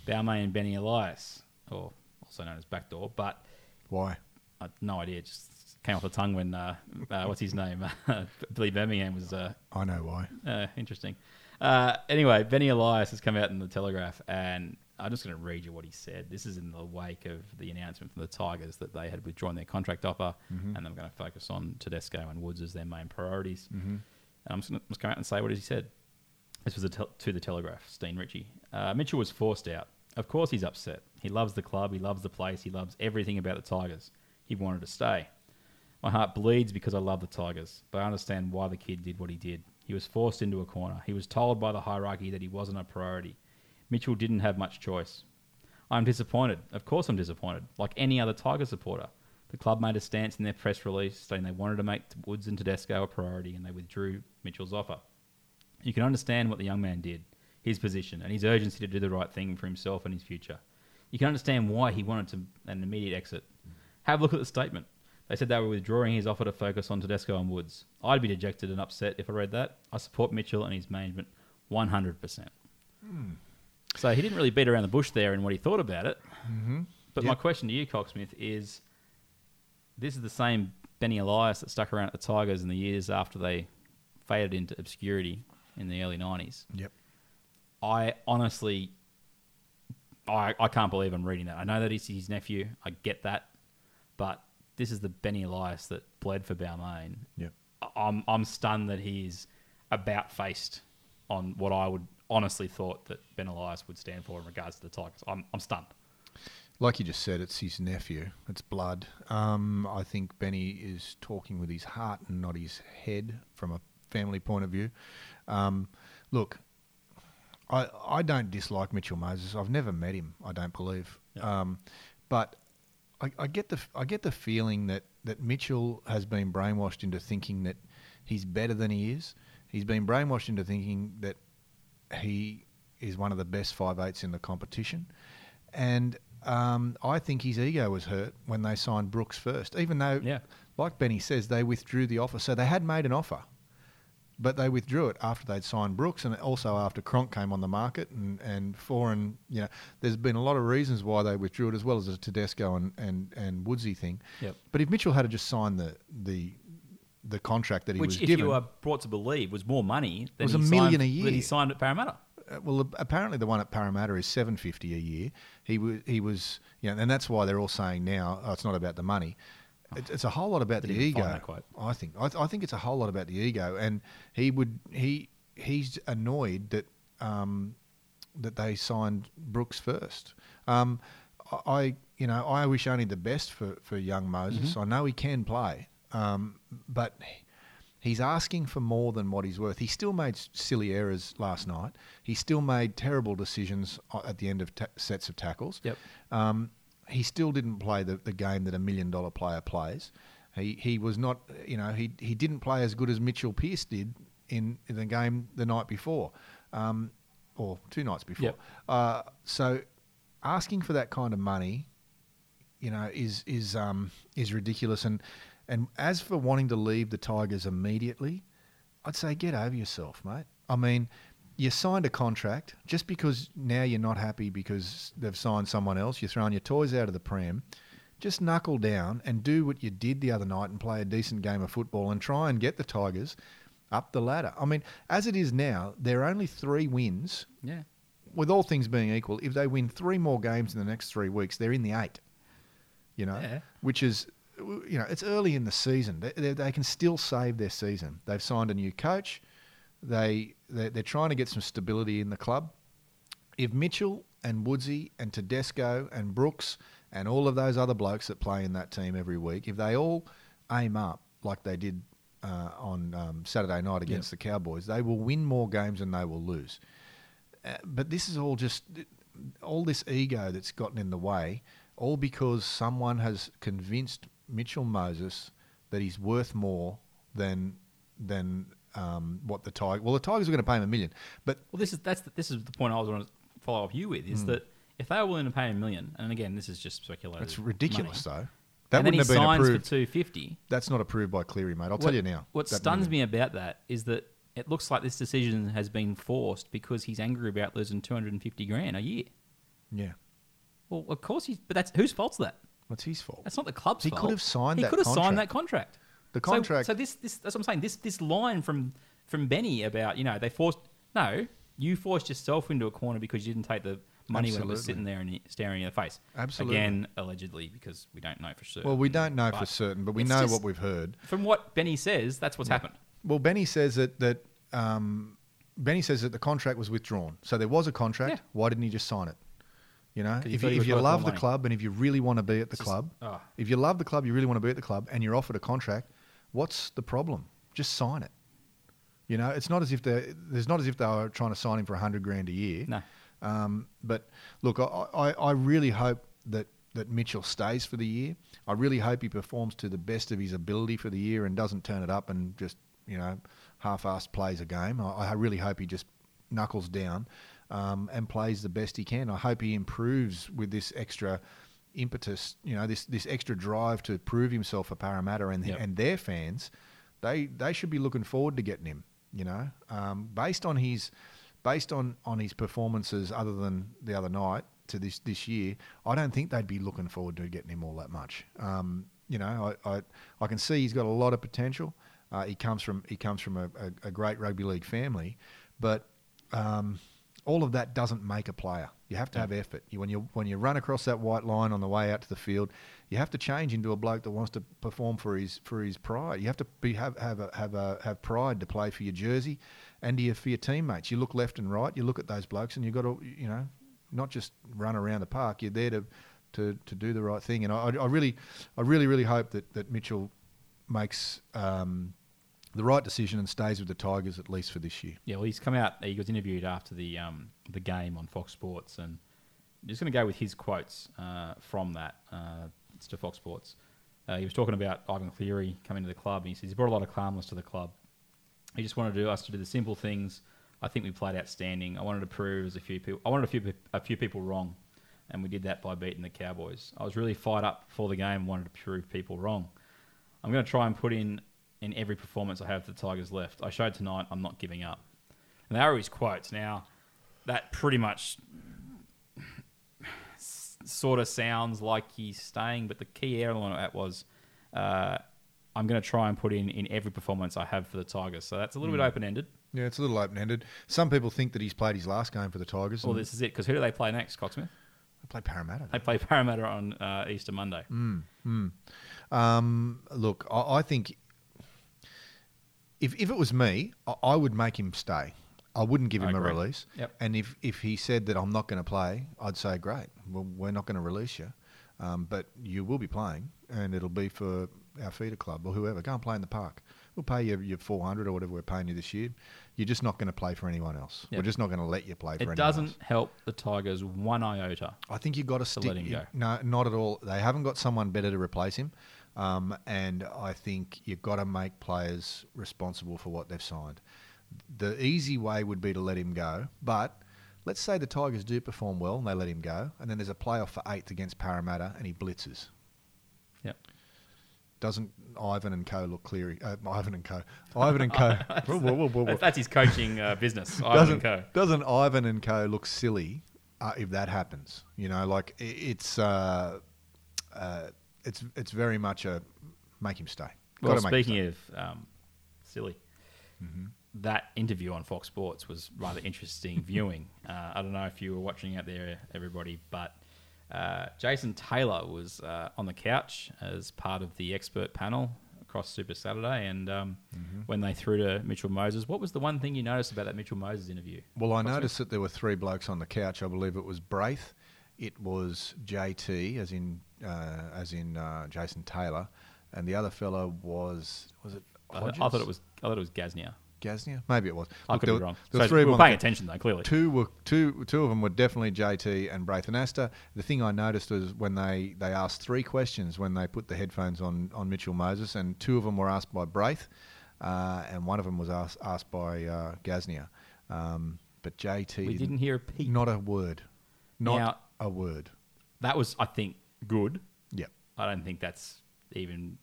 S3: Balmain and Benny Elias, or also known as Backdoor, but
S4: Why?
S3: I no idea. It just came off the tongue when uh, uh, what's his name, Billy Birmingham was uh,
S4: I know why.
S3: uh, interesting. Uh, anyway, Benny Elias has come out in the Telegraph, and I'm just going to read you what he said. This is in the wake of the announcement from the Tigers that they had withdrawn their contract offer, and they're going to focus on Tedesco and Woods as their main priorities. And I'm just going to come out and say what he said. This was a tel- to the Telegraph, Steen Ritchie. Uh, Mitchell was forced out. Of course, he's upset. He loves the club, he loves the place, he loves everything about the Tigers. He wanted to stay. My heart bleeds because I love the Tigers, but I understand why the kid did what he did. He was forced into a corner. He was told by the hierarchy that he wasn't a priority. Mitchell didn't have much choice. I'm disappointed. Of course, I'm disappointed, like any other Tiger supporter. The club made a stance in their press release saying they wanted to make Woods and Tedesco a priority, and they withdrew Mitchell's offer. You can understand what the young man did, his position, and his urgency to do the right thing for himself and his future. You can understand why he wanted to, an immediate exit. Have a look at the statement. They said they were withdrawing his offer to focus on Tedesco and Woods. I'd be dejected and upset if I read that. I support Mitchell and his management 100%. So he didn't really beat around the bush there in what he thought about it. Mm-hmm. But my question to you, Cocksmith, is this is the same Benny Elias that stuck around at the Tigers in the years after they faded into obscurity in the early 90s.
S4: Yep.
S3: I honestly, I, I can't believe I'm reading that. I know that he's his nephew. I get that, but this is the Benny Elias that bled for Balmain.
S4: Yep.
S3: I- I'm I'm stunned that he's about faced on what I would honestly thought that Ben Elias would stand for in regards to the Tigers. I'm I'm stunned.
S4: Like you just said, it's his nephew. It's blood. Um, I think Benny is talking with his heart and not his head from a family point of view. Um, look, I I don't dislike Mitchell Moses. I've never met him. I don't believe. Um, but I, I get the I get the feeling that that Mitchell has been brainwashed into thinking that he's better than he is. He's been brainwashed into thinking that he is one of the best five eights in the competition, and um, I think his ego was hurt when they signed Brooks first, even though,
S3: yeah.
S4: like Benny says, they withdrew the offer. So they had made an offer, but they withdrew it after they'd signed Brooks and also after Cronk came on the market and, and foreign, you know, there's been a lot of reasons why they withdrew it as well as the Tedesco and, and, and Woodsy thing.
S3: Yep.
S4: But if Mitchell had just signed the, the, the contract that he
S3: Which,
S4: was
S3: if
S4: given,
S3: you are brought to believe, was more money than
S4: was
S3: he
S4: a million
S3: signed,
S4: a year.
S3: That he signed at Parramatta.
S4: Uh, well, ap- apparently the one at Parramatta is seven fifty a year. He was, he was, you know, and that's why they're all saying now oh, it's not about the money. It, it's a whole lot about the
S3: Oh. didn't even
S4: ego.
S3: find that quote.
S4: I think, I, th- I think it's a whole lot about the ego, and he would, he, he's annoyed that, um, that they signed Brooks first. Um, I- I, you know, I wish only the best for for young Moses.
S3: Mm-hmm.
S12: Mhm.
S4: I know he can play, um, but he's asking for more than what he's worth. He still made s- silly errors last night. He still made terrible decisions o- at the end of ta- sets of tackles.
S3: Yep.
S4: Um, he still didn't play the, the game that a million dollar player plays. He he was not, you know, he he didn't play as good as Mitchell Pearce did in, in the game the night before, um, or two nights before.
S3: Yep.
S4: Uh, so asking for that kind of money you know, is is um, is ridiculous. And and as for wanting to leave the Tigers immediately, I'd say get over yourself, mate. I mean, you signed a contract just because now you're not happy because they've signed someone else. You're throwing your toys out of the pram. Just knuckle down and do what you did the other night and play a decent game of football and try and get the Tigers up the ladder. I mean, as it is now, there are only three wins.
S3: Yeah.
S4: With all things being equal, if they win three more games in the next three weeks, they're in the eight you know,
S3: Yeah.
S4: which is, you know, it's early in the season. They, they, they can still save their season. They've signed a new coach. They, they they're trying to get some stability in the club. If Mitchell and Woodsy and Tedesco and Brooks and all of those other blokes that play in that team every week, if they all aim up like they did uh, on um, Saturday night against the Cowboys, they will win more games than they will lose. Uh, but this is all just all this ego that's gotten in the way, all because someone has convinced Mitchell Moses that he's worth more than than um, what the Tiger. Well, the Tigers are going to pay him a million, but
S3: Well, this is that's the, this is the point I was going to follow up you with is
S4: Mm.
S3: that if they were willing to pay a million, and again, this is just speculative.
S4: That's ridiculous,
S3: money.
S4: though. That
S3: and then
S4: wouldn't
S3: he
S4: have been
S3: signs
S4: approved.
S3: for two fifty.
S4: that's not approved by Cleary, mate. I'll tell you now.
S3: What
S4: That
S3: stuns
S4: million.
S3: me about that is that it looks like this decision has been forced because he's angry about losing two hundred and fifty grand a year.
S4: Yeah.
S3: Well, of course he's, but that's whose fault's that?
S4: What's his fault?
S3: That's not the club's
S4: He could
S3: fault.
S4: have signed
S3: He
S4: that
S3: could have signed that
S4: contract.
S3: contract.
S4: The
S3: So-
S4: contract-
S3: So, this, this, that's what I'm saying. This, this line from from Benny about you know they forced no, you forced yourself into a corner because you didn't take the money when it was
S4: Absolutely.
S3: sitting there and staring in the face.
S4: Absolutely.
S3: Again, allegedly because we don't know for certain.
S4: Well, we don't know for
S3: But
S4: certain, but we
S3: Mm, it's
S4: know
S3: just-
S4: what we've heard.
S3: From what Benny says, that's what's happened.
S4: Well, Benny says that that um, Benny says that the contract was withdrawn. So there was a contract. Why didn't he just sign it? You know,
S3: 'Cause he
S4: if
S3: thought
S4: you,
S3: he
S4: if
S3: was
S4: you
S3: worth more
S4: love the
S3: money.
S4: club and if you really want to be at the club,
S3: ah.
S4: if you love the club, you really want to be at the club, and you're offered a contract, what's the problem? Just sign it. You know, it's not as if they there's not as if they were trying to sign him for hundred grand a year.
S3: No.
S4: Um, but look, I, I, I really hope that that Mitchell stays for the year. I really hope he performs to the best of his ability for the year and doesn't turn it up and just you know half-assed plays a game. I, I really hope he just knuckles down um, and plays the best he can. I hope he improves with this extra impetus, you know, this this extra drive to prove himself for Parramatta and
S3: Yep.
S4: and their fans. They they should be looking forward to getting him, you know, um, based on his based on on his performances other than the other night to this this year. I don't think they'd be looking forward to getting him all that much. Um, you know, I, I I can see he's got a lot of potential. Uh, he comes from he comes from a, a, a great rugby league family, but um, all of that doesn't make a player. You have to have effort. You, when you when you run across that white line on the way out to the field, you have to change into a bloke that wants to perform for his for his pride. You have to be have have a, have a, have pride to play for your jersey, and to your, for your teammates. You look left and right. You look at those blokes, and you have got to you know not just run around the park. You're there to to, to do the right thing. And I, I really I really really hope that that Mitchell makes. Um, the right decision and stays with the Tigers at least for this year.
S3: Yeah, well, he's come out. He was interviewed after the um, the game on Fox Sports, and I'm just going to go with his quotes uh, from that. Uh, it's to Fox Sports. Uh, he was talking about Ivan Cleary coming to the club, and he says he brought a lot of calmness to the club. He just wanted to do us to do the simple things. I think we played outstanding. I wanted to prove as a few people, I wanted a few pe- a few people wrong, and we did that by beating the Cowboys. I was really fired up before the game, wanted to prove people wrong. I'm going to try and put in in every performance I have for the Tigers left. I showed tonight I'm not giving up. And there are his quotes. Now, that pretty much s- sort of sounds like he's staying, but the key element of that was uh, I'm going to try and put in in every performance I have for the Tigers. So that's a little
S4: Hmm.
S3: bit open ended.
S4: Yeah, it's a little open ended. Some people think that he's played his last game for the Tigers.
S3: Well,
S4: and
S3: this is it because who do they play next, Coxsmith?
S4: They play Parramatta.
S3: They play Parramatta on uh, Easter Monday.
S4: Mm, mm. Um, look, I, I think if, if it was me, I, I would make him stay. I wouldn't give
S3: I
S4: him a
S3: agree.
S4: release.
S3: Yep.
S4: And if, if he said that I'm not going to play, I'd say, great, well, we're not going to release you. Um, but you will be playing, and it'll be for our feeder club or whoever. Go and play in the park. We'll pay you your 400 or whatever we're paying you this year. You're just not going to play for anyone else.
S3: Yep.
S4: We're just not going to let you play for anyone
S3: It
S4: else.
S3: doesn't help the Tigers one iota.
S4: I think you've got to
S3: let him
S4: you-
S3: go.
S4: No, not at all. They haven't got someone better to replace him. Um, and I think you've got to make players responsible for what they've signed. The easy way would be to let him go. But let's say the Tigers do perform well and they let him go. And then there's a playoff for eighth against Parramatta and he blitzes.
S3: Yep.
S4: Doesn't Ivan and Co look clear? Uh, Ivan and Co. Ivan and Co. Whoa, whoa, whoa, whoa, whoa.
S3: That's his coaching uh, business. Ivan
S4: doesn't,
S3: and Co.
S4: doesn't Ivan and Co look silly uh, if that happens? You know, like i it's uh, uh, it's it's very much a make him stay.
S3: Well,
S4: Gotta make Mm-hmm. him
S3: speaking of um, silly, that interview on Fox Sports was rather interesting viewing. Uh, I don't know if you were watching out there, everybody, but uh, Jason Taylor was uh, on the couch as part of the expert panel across Super Saturday. And um,
S4: Mm-hmm.
S3: when they threw to Mitchell Moses, what was the one thing you noticed about that Mitchell Moses interview?
S4: Well, I
S3: What's
S4: noticed that there were three blokes on the couch. I believe it was Braith, it was JT, as in uh, as in uh, Jason Taylor, and the other fellow was was it?
S3: I thought- I
S4: Hodges?
S3: thought it was- I thought it was Gasnier.
S4: Gasnier, maybe it was.
S3: I could
S4: there
S3: be
S4: were-
S3: wrong.
S4: There were
S3: So
S4: three
S3: we
S4: of
S3: were
S4: them on
S3: paying
S4: the cou-
S3: attention though, clearly.
S4: Two were two two of them were definitely JT and Braith and Asta. The thing I noticed was when they they asked three questions when they put the headphones on on Mitchell Moses, and two of them were asked by Braith, uh, and one of them was asked asked by uh, Gasnier. Um, but JT
S3: We didn't hear a peep.
S4: Not a word. Not
S3: Now-
S4: a word.
S3: That was, I think, good.
S4: Yeah.
S3: I don't think that's even.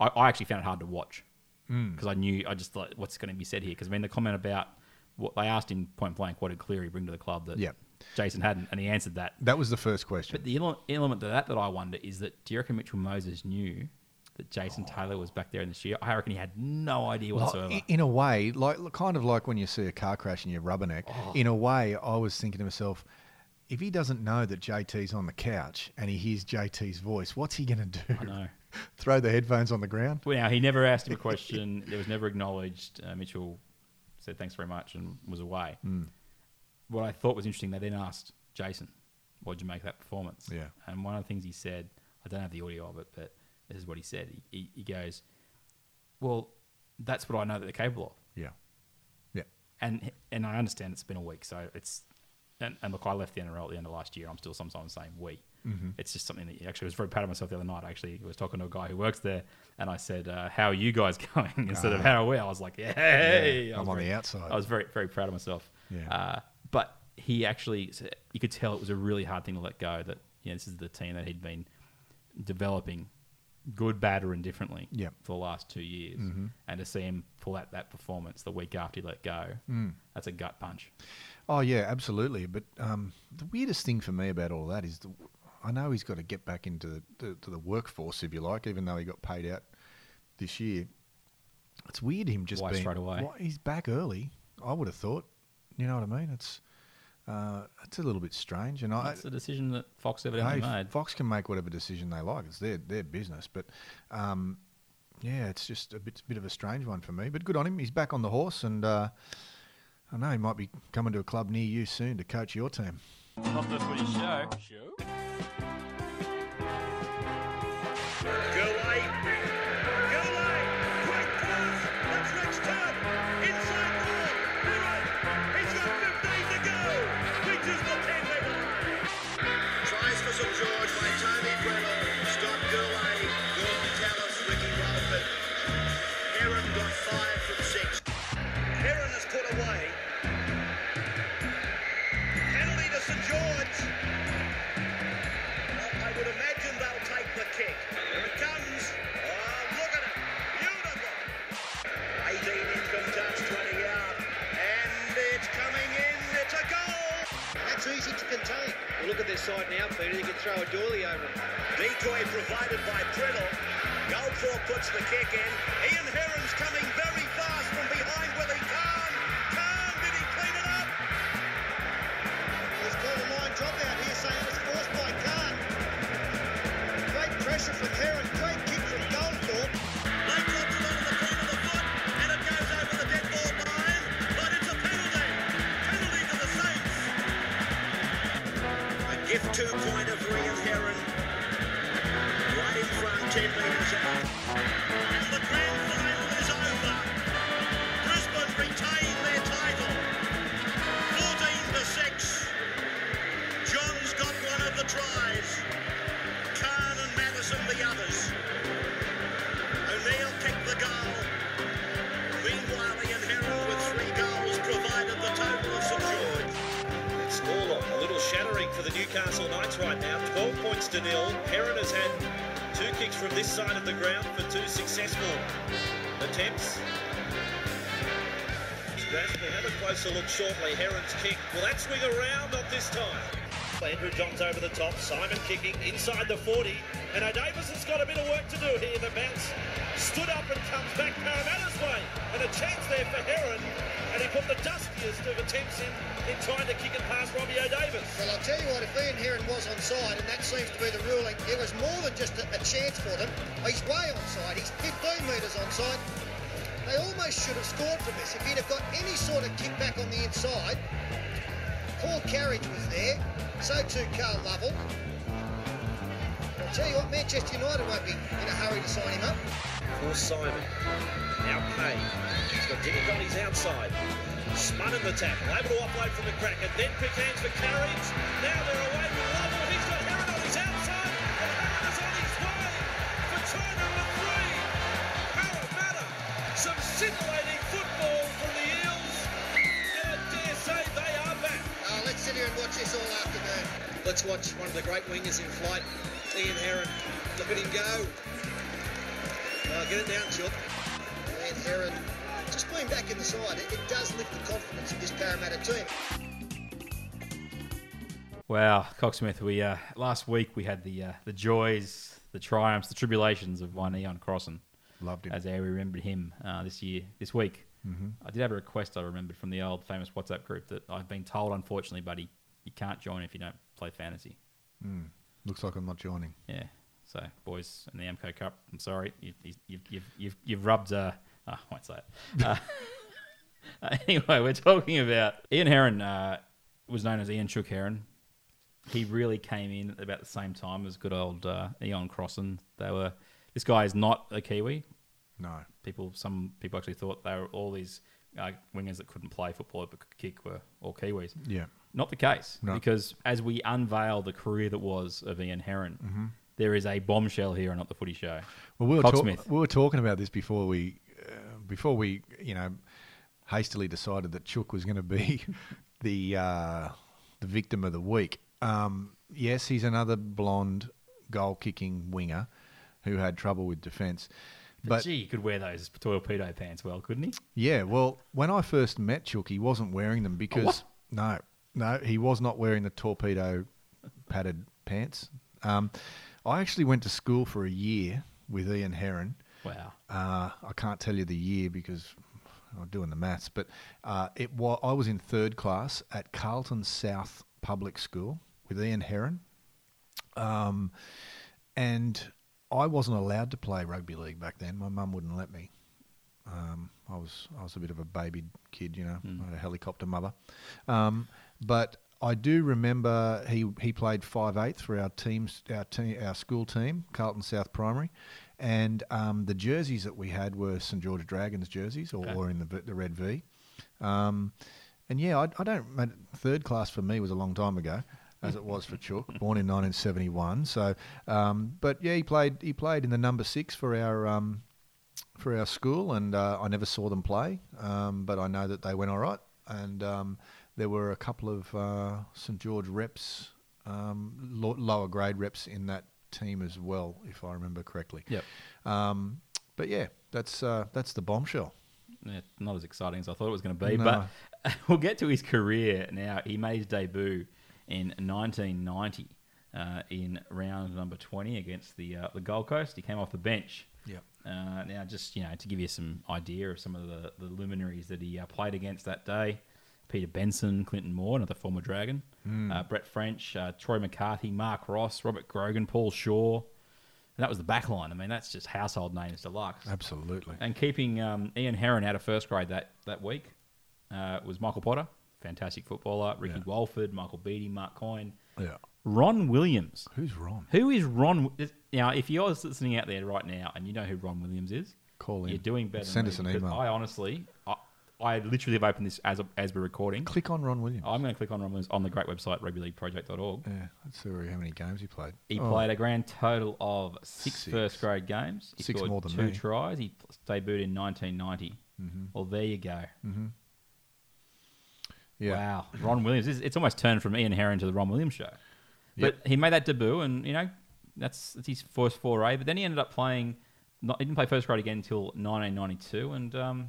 S3: I, I actually found it hard to watch
S4: Mm.
S3: because I knew I just thought, what's going to be said here? Because I mean, the comment about what they asked him point blank, what did Cleary bring to the club that
S4: Yeah.
S3: Jason hadn't, and he answered that.
S4: That was the first question.
S3: But the ele- element to that that I wonder is that do you reckon Mitchell Moses knew that Jason Taylor was back there in this year? I reckon he had no idea
S4: Like,
S3: whatsoever.
S4: i- in a way, like kind of like when you see a car crash and you rubberneck.
S3: Oh.
S4: In a way, I was thinking to myself, if he doesn't know that JT's on the couch and he hears JT's voice, what's he going to do?
S3: I know.
S4: Throw the headphones on the ground?
S3: Well, now he never asked him a question. it was never acknowledged. Uh, Mitchell said thanks very much and was away.
S4: Mm.
S3: What I thought was interesting, they then asked Jason, "What did you make of that performance?"
S4: Yeah.
S3: and one of the things he said, I don't have the audio of it, but this is what he said. He, he, he goes, "Well, that's what I know that they're capable of."
S4: Yeah. Yeah.
S3: and and I understand it's been a week, so it's and, and look, I left the NRL at the end of last year. I'm still sometimes saying we.
S4: Mhm.
S3: It's just something that actually I was very proud of myself the other night. I actually was talking to a guy who works there, and I said, uh, "How are you guys going?" Instead of
S4: Ah.
S3: "How are we?" I was like, "Yay!"
S4: Yeah,
S3: I was
S4: I'm on
S3: very-
S4: the outside.
S3: I was very very proud of myself.
S4: Yeah.
S3: Uh, but he actually, s- you could tell it was a really hard thing to let go. That you know, this is the team that he'd been developing, good, bad, or indifferently,
S4: Yep.
S3: for the last two years,
S4: Mhm.
S3: and to see him pull out that performance the week after he let go,
S4: Mm.
S3: that's a gut punch.
S4: Oh, yeah, absolutely. But um, the weirdest thing for me about all that is the, I know he's got to get back into the, the, to the workforce, if you like, even though he got paid out this year. It's weird him just
S3: Why
S4: being
S3: straight away?
S4: Why- he's back early. I would have thought. You know what I mean? It's uh, it's a little bit strange, and I
S3: That's the decision that Fox evidently
S4: hey,
S3: made.
S4: Fox can make whatever decision they like. It's their their business, but um, yeah, it's just a bit bit of a strange one for me. But good on him. He's back on the horse, and uh, I know he might be coming to a club near you soon to coach your team.
S7: Off the footy show. Show.
S8: Tries for St George by Tony Brennan. Scott Goulet, Gordon Tallis, Ricky Ralford. Heron got five from six. Heron has put away Oh, look at this side now, Peter. You can throw a dooley over it. Decoy provided by Priddle. Goldthorpe puts the kick in. Ian Heron's coming very fast from behind Willie Kahn. Kahn, did he clean it up? There's called a line drop out here saying it was forced by Kahn. Great pressure from Heron. Great kick from Goldthorpe. Goldthorpe's along the corner of the foot, and it goes over the dead ball line. But it's a penalty. Penalty to the Saints. A gift two-pointer for Ian Heron. Right in front, 10 metres out. And the grand final is over. Brisbane retain their title. 14 to 6. John's got one of the tries. Khan and Madison the others. O'Neill kicked the goal. Meanwhile, Ian Heron with three goals provided the total of St George.
S7: Scoreline, a little shattering for the Newcastle Knights right now. 12 points to nil. Heron has had two kicks from this side of the ground for two successful attempts. Rash will have a closer look shortly. Heron's kick. Will that swing around? Not this time. Andrew Johns over the top. Simon kicking inside the 40. And O'Davis has got a bit of work to do here. The bounce stood up and comes back Parramatta's way. And a chance there for Heron. And he put the dustiest of attempts in, in trying to kick it past Robbie O'Davis.
S8: Well, I'll tell you what, if Ian Heron was onside, and that seems to be the ruling, it was more than just a, a chance for them. He's way onside. He's 15 metres onside. They almost should have scored from this. If he'd have got any sort of kick back on the inside, Paul Carriage was there. So too Carl Lovell. I'll tell you what, Manchester United won't be in a hurry to sign him up.
S7: For Simon. Now Pay. He's got Jimmy Goddy's outside. Spun in the tackle. Able to offload from the crack. And then quick hands for Carriage. Now they're away with Lovell. He's got Heron on his outside. And Heron is on his way for try number three. Parramatta. Some scintillating football
S8: Uh,
S7: from the Eels. And I dare say they are back.
S8: Uh, let's sit here and watch this all afternoon.
S13: Let's watch one of the great wingers in flight, Ian Heron. Look at him go. Uh, get it down, Chilp.
S8: And Heron, just being back in the side, it, it does lift the confidence of this Parramatta team.
S3: Wow, Cocksmith, we uh, last week we had the uh, the joys, the triumphs, the tribulations of one Eon Crossan.
S4: Loved him.
S3: As I remembered him uh, this year, this week.
S4: Mhm.
S3: I did have a request I remembered from the old famous WhatsApp group that I've been told, unfortunately, buddy, you can't join if you don't play fantasy.
S4: Mm. Looks like I'm not joining.
S3: Yeah. So, boys, in the Amco Cup, I'm sorry, you, you, you've, you've, you've, you've rubbed. Uh, oh, I won't say it. Uh, uh, anyway, we're talking about Ian Heron, uh, was known as Ian Shook Heron. He really came in at about the same time as good old uh, Eon Crossan. They were. This guy is not a Kiwi.
S4: No.
S3: People. Some people actually thought they were all these uh, wingers that couldn't play football but could kick were all Kiwis.
S4: Yeah.
S3: Not the case
S4: No.
S3: because as we unveil the career that was of Ian Heron,
S4: Mhm.
S3: there is a bombshell here on Not the Footy Show.
S4: Well, we were,
S3: Cocksmith.
S4: talk- we were talking about this before we, uh, before we, you know, hastily decided that Chook was going to be the uh, the victim of the week. Um, yes, he's another blonde goal kicking winger who had trouble with defence.
S3: But
S4: But
S3: gee, you could wear those torpedo pants well, couldn't he?
S4: yeah, well, when I first met Chook, he wasn't wearing them because
S3: what?
S4: no, no, he was not wearing the torpedo padded pants. Um, I actually went to school for a year with Ian Heron.
S3: Wow.
S4: Uh, I can't tell you the year because I'm doing the maths, but uh, it wa- I was in third class at Carlton South Public School with Ian Heron. Um, and I wasn't allowed to play rugby league back then. My mum wouldn't let me. Um, I was I was a bit of a baby kid, you know. I had a helicopter mother, um, but I do remember he he played five eighth for our teams, our team, our school team, Carlton South Primary, and um, the jerseys that we had were St George Dragons jerseys, or, or in the v- the red V. Um, and yeah, I, I don't. mate, Third class for me was a long time ago, as it was for Chook, born in 1971. So, um, but yeah, he played. He played in the number six for our um, for our school, and uh, I never saw them play, um, but I know that they went all right. And um, there were a couple of uh, St George reps, um, lo- lower grade reps in that team as well, if I remember correctly.
S3: Yep.
S4: Um, but yeah, that's uh, that's the bombshell.
S3: Yeah, not as exciting as I thought it was going to be,
S4: No.
S3: but we'll get to his career now. He made his debut in 1990 uh, in round number 20 against the uh, the Gold Coast. He came off the bench.
S4: Yep.
S3: Uh, now, just you know, to give you some idea of some of the, the luminaries that he uh, played against that day: Peter Benson, Clinton Moore, another former Dragon,
S4: Mm.
S3: uh, Brett French, uh, Troy McCarthy, Mark Ross, Robert Grogan, Paul Shaw. And that was the back line. I mean, that's just household names deluxe.
S4: Absolutely.
S3: And keeping um, Ian Heron out of first grade that, that week uh, was Michael Potter, fantastic footballer, Ricky Walford, Michael Beattie, Mark Coyne.
S4: Yeah.
S3: Ron Williams.
S4: Who's Ron?
S3: Who is Ron? Now, if you're listening out there right now and you know who Ron Williams is,
S4: call
S3: You're doing better. than
S4: Send
S3: me,
S4: us an
S3: because
S4: email.
S3: I honestly, I, I literally have opened this as as we're recording.
S4: Click on Ron Williams.
S3: I'm going to click on Ron Williams on the great website rugbyleagueproject.org.
S4: Yeah, let's see where- how many games he played.
S3: He
S4: Oh.
S3: played a grand total of six first grade games. He
S4: Six
S3: scored
S4: more than
S3: two
S4: me.
S3: tries. He pl- debuted in 1990.
S4: Mhm.
S3: Well, there you go.
S4: Mhm.
S3: Wow, Ron Williams. It's, it's almost turned from Ian Heron to the Ron Williams show. But he made that debut, and you know that's, that's his first foray. But then he ended up playing. Not, he didn't play first grade again until 1992, and um,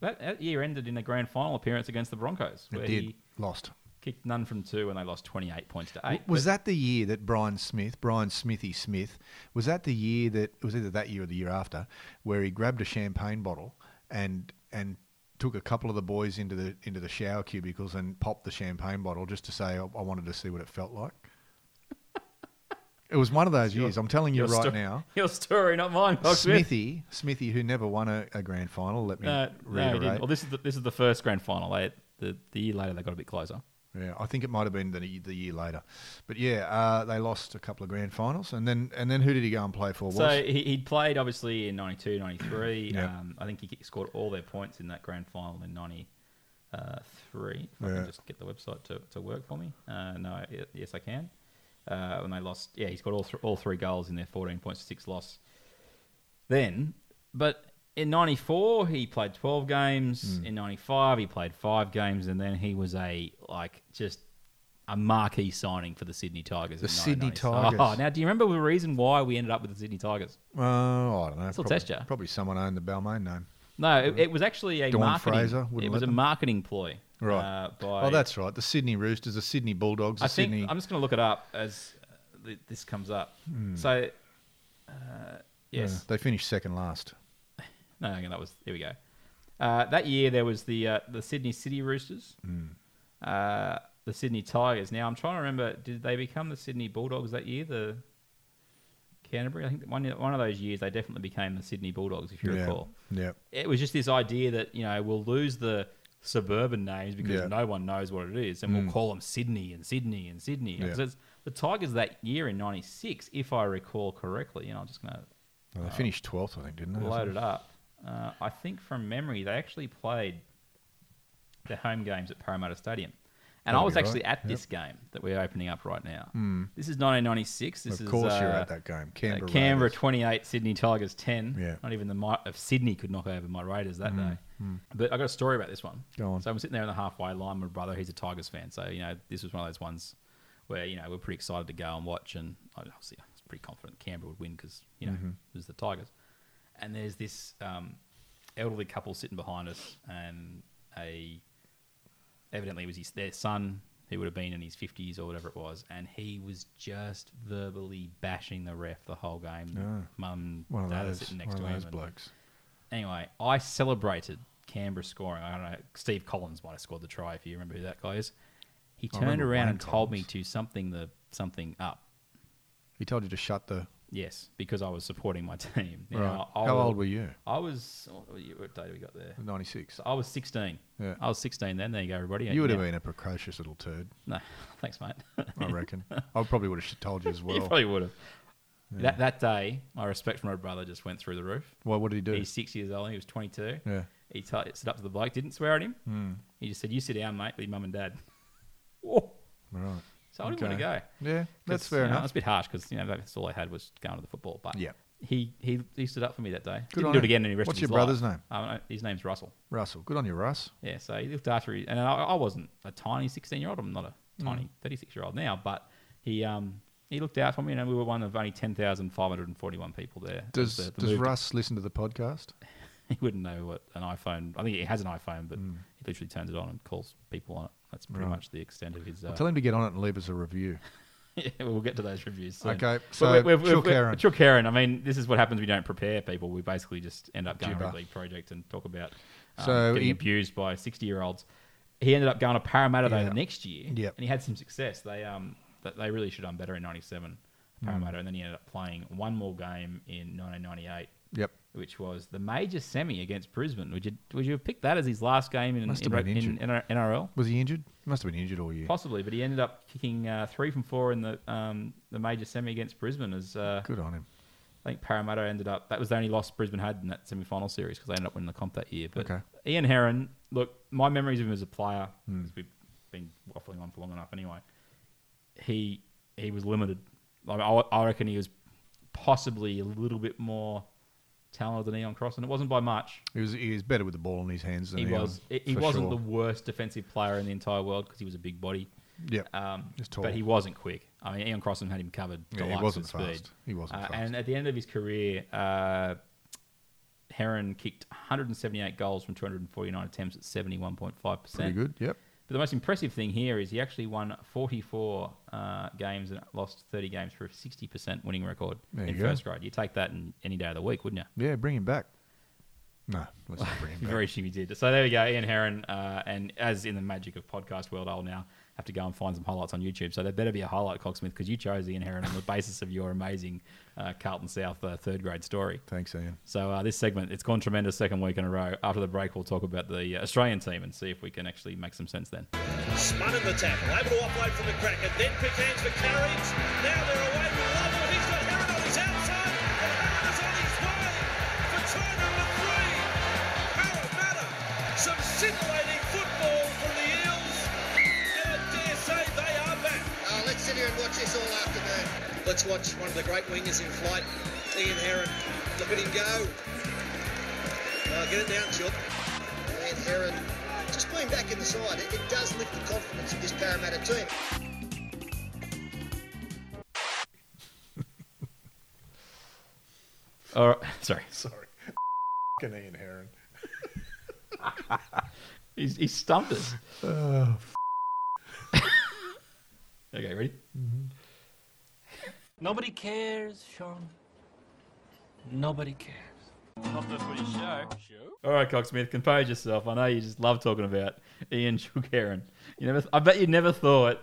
S3: that, that year ended in a grand final appearance against the Broncos,
S4: Mm-hmm. It
S3: where
S4: did.
S3: he
S4: lost.
S3: kicked none from two, and they lost 28 points to eight.
S4: Was
S3: But
S4: that the year that Brian Smith, Brian Smithy Smith, was that the year that it was either that year or the year after, where he grabbed a champagne bottle and and took a couple of the boys into the into the shower cubicles and popped the champagne bottle just to say I, I wanted to see what it felt like. it was one of those years. I'm telling you
S3: your
S4: right
S3: sto-
S4: now.
S3: your story, not mine, Cox Smith.
S4: Smithy, Smithy, who never won a, a grand final. Let me
S3: No, Uh, no, he
S4: reiterate.
S3: didn't. Well, this is the, this is the first grand final. They, the, the year later, they got a bit closer.
S4: Yeah, I think it might have been the, the year later, but yeah, uh, they lost a couple of grand finals, and then and then who did he go and play for? Was
S3: So he, he played obviously in 92, 93.
S4: Yeah.
S3: Um, I think he scored all their points in that grand final in 93. If I
S4: Yeah.
S3: can just get the website to, to work for me. Uh, no, y- yes, I can. Uh, when they lost, yeah, he scored all, th- all three goals in their 14 points to six loss then. But in 94, he played 12 games.
S4: Hmm.
S3: In 95, he played five games. And then he was a, like, just a marquee signing for the Sydney Tigers.
S4: The
S3: in
S4: Sydney
S3: 1996.
S4: Tigers.
S3: now, do you remember the reason why we ended up with the Sydney Tigers?
S4: oh, I don't know.
S3: Still
S4: probably,
S3: test ya.
S4: Probably someone owned the Balmain name.
S3: No, it, it was actually a
S4: Dawn
S3: marketing.
S4: Fraser wouldn't
S3: it was a
S4: let them.
S3: marketing ploy.
S4: Right.
S3: Uh, by
S4: oh, that's right. The Sydney Roosters, the Sydney Bulldogs, the
S3: I think um,
S4: Sydney.
S3: I'm just going to look it up as uh, th- this comes up.
S4: Hmm.
S3: So, uh,
S4: Yeah,
S3: yes,
S4: they finished second last.
S3: no, hang on, that was here we go. Uh, that year there was the uh, the Sydney City Roosters,
S4: Mm.
S3: uh, the Sydney Tigers. Now I'm trying to remember, did they become the Sydney Bulldogs that year? The Canterbury, I think that one one of those years they definitely became the Sydney Bulldogs, if you
S4: Yeah.
S3: recall.
S4: Yeah.
S3: it was just this idea that you know we'll lose the suburban names because
S4: Yeah.
S3: no one knows what it is, and
S4: Mm.
S3: we'll call them Sydney and Sydney and Sydney.
S4: Yeah.
S3: 'Cause it's- the Tigers that year in '96, if I recall correctly, and I'm just going to
S4: Well, they finished twelfth, I think, didn't they?
S3: load it Uh, up. Uh, I think from memory, they actually played their home games at Parramatta Stadium. And I
S4: That'll
S3: was
S4: be right.
S3: actually at
S4: Yep.
S3: this game that we're opening up right now.
S4: Hmm.
S3: This is 1996. This
S4: Of
S3: is,
S4: course you were
S3: uh,
S4: at that game. Canberra
S3: Canberra
S4: Raiders.
S3: 28, Sydney Tigers 10.
S4: Yeah.
S3: Not even the might of Sydney could knock over my Raiders that
S4: Hmm.
S3: day.
S4: Hmm.
S3: But I got a story about this one.
S4: Go on.
S3: So I'm sitting there on the halfway line. My brother, he's a Tigers fan, so you know this was one of those ones where you know we're pretty excited to go and watch, and I- obviously I was pretty confident Canberra would win because you know
S4: Mhm.
S3: it was the Tigers. And there's this um, elderly couple sitting behind us, and a evidently it was his, their son who would have been in his 50s or whatever it was, and he was just verbally bashing the ref the whole game.
S4: Yeah.
S3: Mum,
S4: Ah. One of
S3: dad are
S4: those-
S3: sitting next
S4: one
S3: to
S4: of
S3: him.
S4: those
S3: and-
S4: blokes.
S3: Anyway, I celebrated Canberra scoring. I don't know. Steve Collins might have scored the try if you remember who that guy is. He
S4: I
S3: turned
S4: remember
S3: around
S4: Wayne
S3: and told me to something the something up.
S4: He told you to shut the.
S3: Yes, because I was supporting my team.
S4: Right. How old were you?
S3: I was. What year- what day did we got there?
S4: Ninety six.
S3: I was sixteen.
S4: Yeah.
S3: I was sixteen then. There you go, everybody.
S4: you would have
S3: Now-
S4: been a precocious little turd.
S3: No, thanks, mate.
S4: I reckon. I probably would have told you as well.
S3: You probably would have.
S4: Yeah.
S3: That that day, my respect for my brother just went through the roof.
S4: Well, what did he do?
S3: He's six years old. He was twenty two.
S4: Yeah.
S3: He t- stood up to the bloke, didn't swear at him.
S4: Hmm.
S3: He just said, "You sit down, mate, with your mum and dad."
S4: Right.
S3: So I didn't want to
S4: Okay.
S3: go.
S4: Yeah,
S3: 'Cause,
S4: that's fair
S3: you know,
S4: enough.
S3: It's a bit harsh because you know that's all I had was going to the football. But
S4: Yeah.
S3: he he, he stood up for me that day.
S4: Good
S3: Didn't
S4: on
S3: do it
S4: him.
S3: again. Any rest
S4: What's
S3: of his
S4: your brother's
S3: life.
S4: name?
S3: I don't know. his name's Russell.
S4: Russell, good on you, Russ.
S3: Yeah, so he looked after his, and I, I wasn't a tiny sixteen-year-old. I'm not a
S4: Mm.
S3: tiny thirty-six-year-old now, but he um he looked out for me, and we were one of only ten thousand five hundred and forty-one people there. It was
S4: Does
S3: the- the
S4: does
S3: move to-
S4: Russ listen to the podcast?
S3: he wouldn't know what an iPhone. I think he has an iPhone, but he literally turns it on and calls people on it. That's pretty
S4: Mm. Right.
S3: much the extent of his. Uh,
S4: Well, tell him to get on it and leave us a review.
S3: yeah, we'll get to those reviews. Soon.
S4: Okay,
S3: But
S4: so
S3: we're- we're-
S4: Chill
S3: we're-
S4: Karen.
S3: Chill Karen. I mean, this is what happens. when We don't prepare people. We basically just end up going to
S4: Gibber.
S3: Ridley Project and talk about um,
S4: So
S3: getting
S4: he-
S3: abused by sixty-year-olds. He ended up going to Parramatta though
S4: Yeah.
S3: the next year,
S4: Yep.
S3: and he had some success. They um th- they really should have done better in '97
S4: Mm.
S3: Parramatta, and then he ended up playing one more game in 1998.
S4: Yep.
S3: Which was the major semi against Brisbane. Would you would you have picked that as his last game in,
S4: Must
S3: in,
S4: have been
S3: in,
S4: injured.
S3: in NRL?
S4: Was he injured? He must have been injured all year.
S3: Possibly, but he ended up kicking uh, three from four in the um, the major semi against Brisbane. As uh,
S4: good on him.
S3: I think Parramatta ended up that was the only loss Brisbane had in that semi final series because they ended up winning the comp that year. But
S4: Okay.
S3: Ian Heron, look, my memories of him as a player,
S4: Hmm.
S3: 'cause we've been waffling on for long enough anyway. He he was limited. I, mean, I, I reckon he was possibly a little bit more talented than Eon Cross, and it wasn't by much
S4: He was he was better with the ball in his hands than
S3: he
S4: Eon,
S3: was. He, he
S4: for
S3: wasn't
S4: sure.
S3: the worst defensive player in the entire world because he was a big body.
S4: Yep.
S3: Um,
S4: He's tall.
S3: But he wasn't quick. I mean, Ian Crossan had him covered.
S4: Yeah,
S3: to
S4: he
S3: likes
S4: wasn't
S3: with speed.
S4: fast. He wasn't
S3: Uh,
S4: fast.
S3: And at the end of his career, uh, Heron kicked 178 goals from 249 attempts at 71.5 percent.
S4: Pretty good, yep.
S3: But the most impressive thing here is he actually won 44 uh, games and lost 30 games for a 60% winning record
S4: There
S3: in
S4: you go.
S3: first grade. You take that in any day of the week, wouldn't you?
S4: Yeah, bring him back. No, let's not bring him back.
S3: Very sure you did. So there we go, Ian Heron. Uh, and as in the magic of podcast world, I'll now have to go and find some highlights on YouTube. So there better be a highlight, Cocksmith, because you chose Ian Heron on the basis of your amazing uh, Carlton South uh, third grade story.
S4: Thanks, Ian.
S3: So uh, this segment, it's gone tremendous second week in a row. After the break, we'll talk about the uh, Australian team and see if we can actually make some sense then.
S13: Spun in the tackle, able to offload from the cracker, then Pickens for Carriage. Now they're away with Lovell. He's got Heron on his outside, and Heron is on his way for try number three. Parramatta, some scintillating football from the Eels, and I dare say they are back.
S12: Oh, let's sit here and watch this all afternoon.
S13: Let's watch one of the great wingers in flight, Ian Heron. Look at him go. Oh, get it down, Chuck.
S12: And Heron, just playing back in the side, it, it does lift the confidence of this Parramatta team.
S3: All right, sorry.
S4: Sorry. Fucking Ian Heron.
S3: He's, he's stumped us.
S4: Oh,
S3: Okay, ready?
S14: Nobody cares, Sean. Nobody cares. Off the footy show.
S3: All right, Cocksmith, compose yourself. I know you just love talking about Ian Shulgarin. You never, I bet you never thought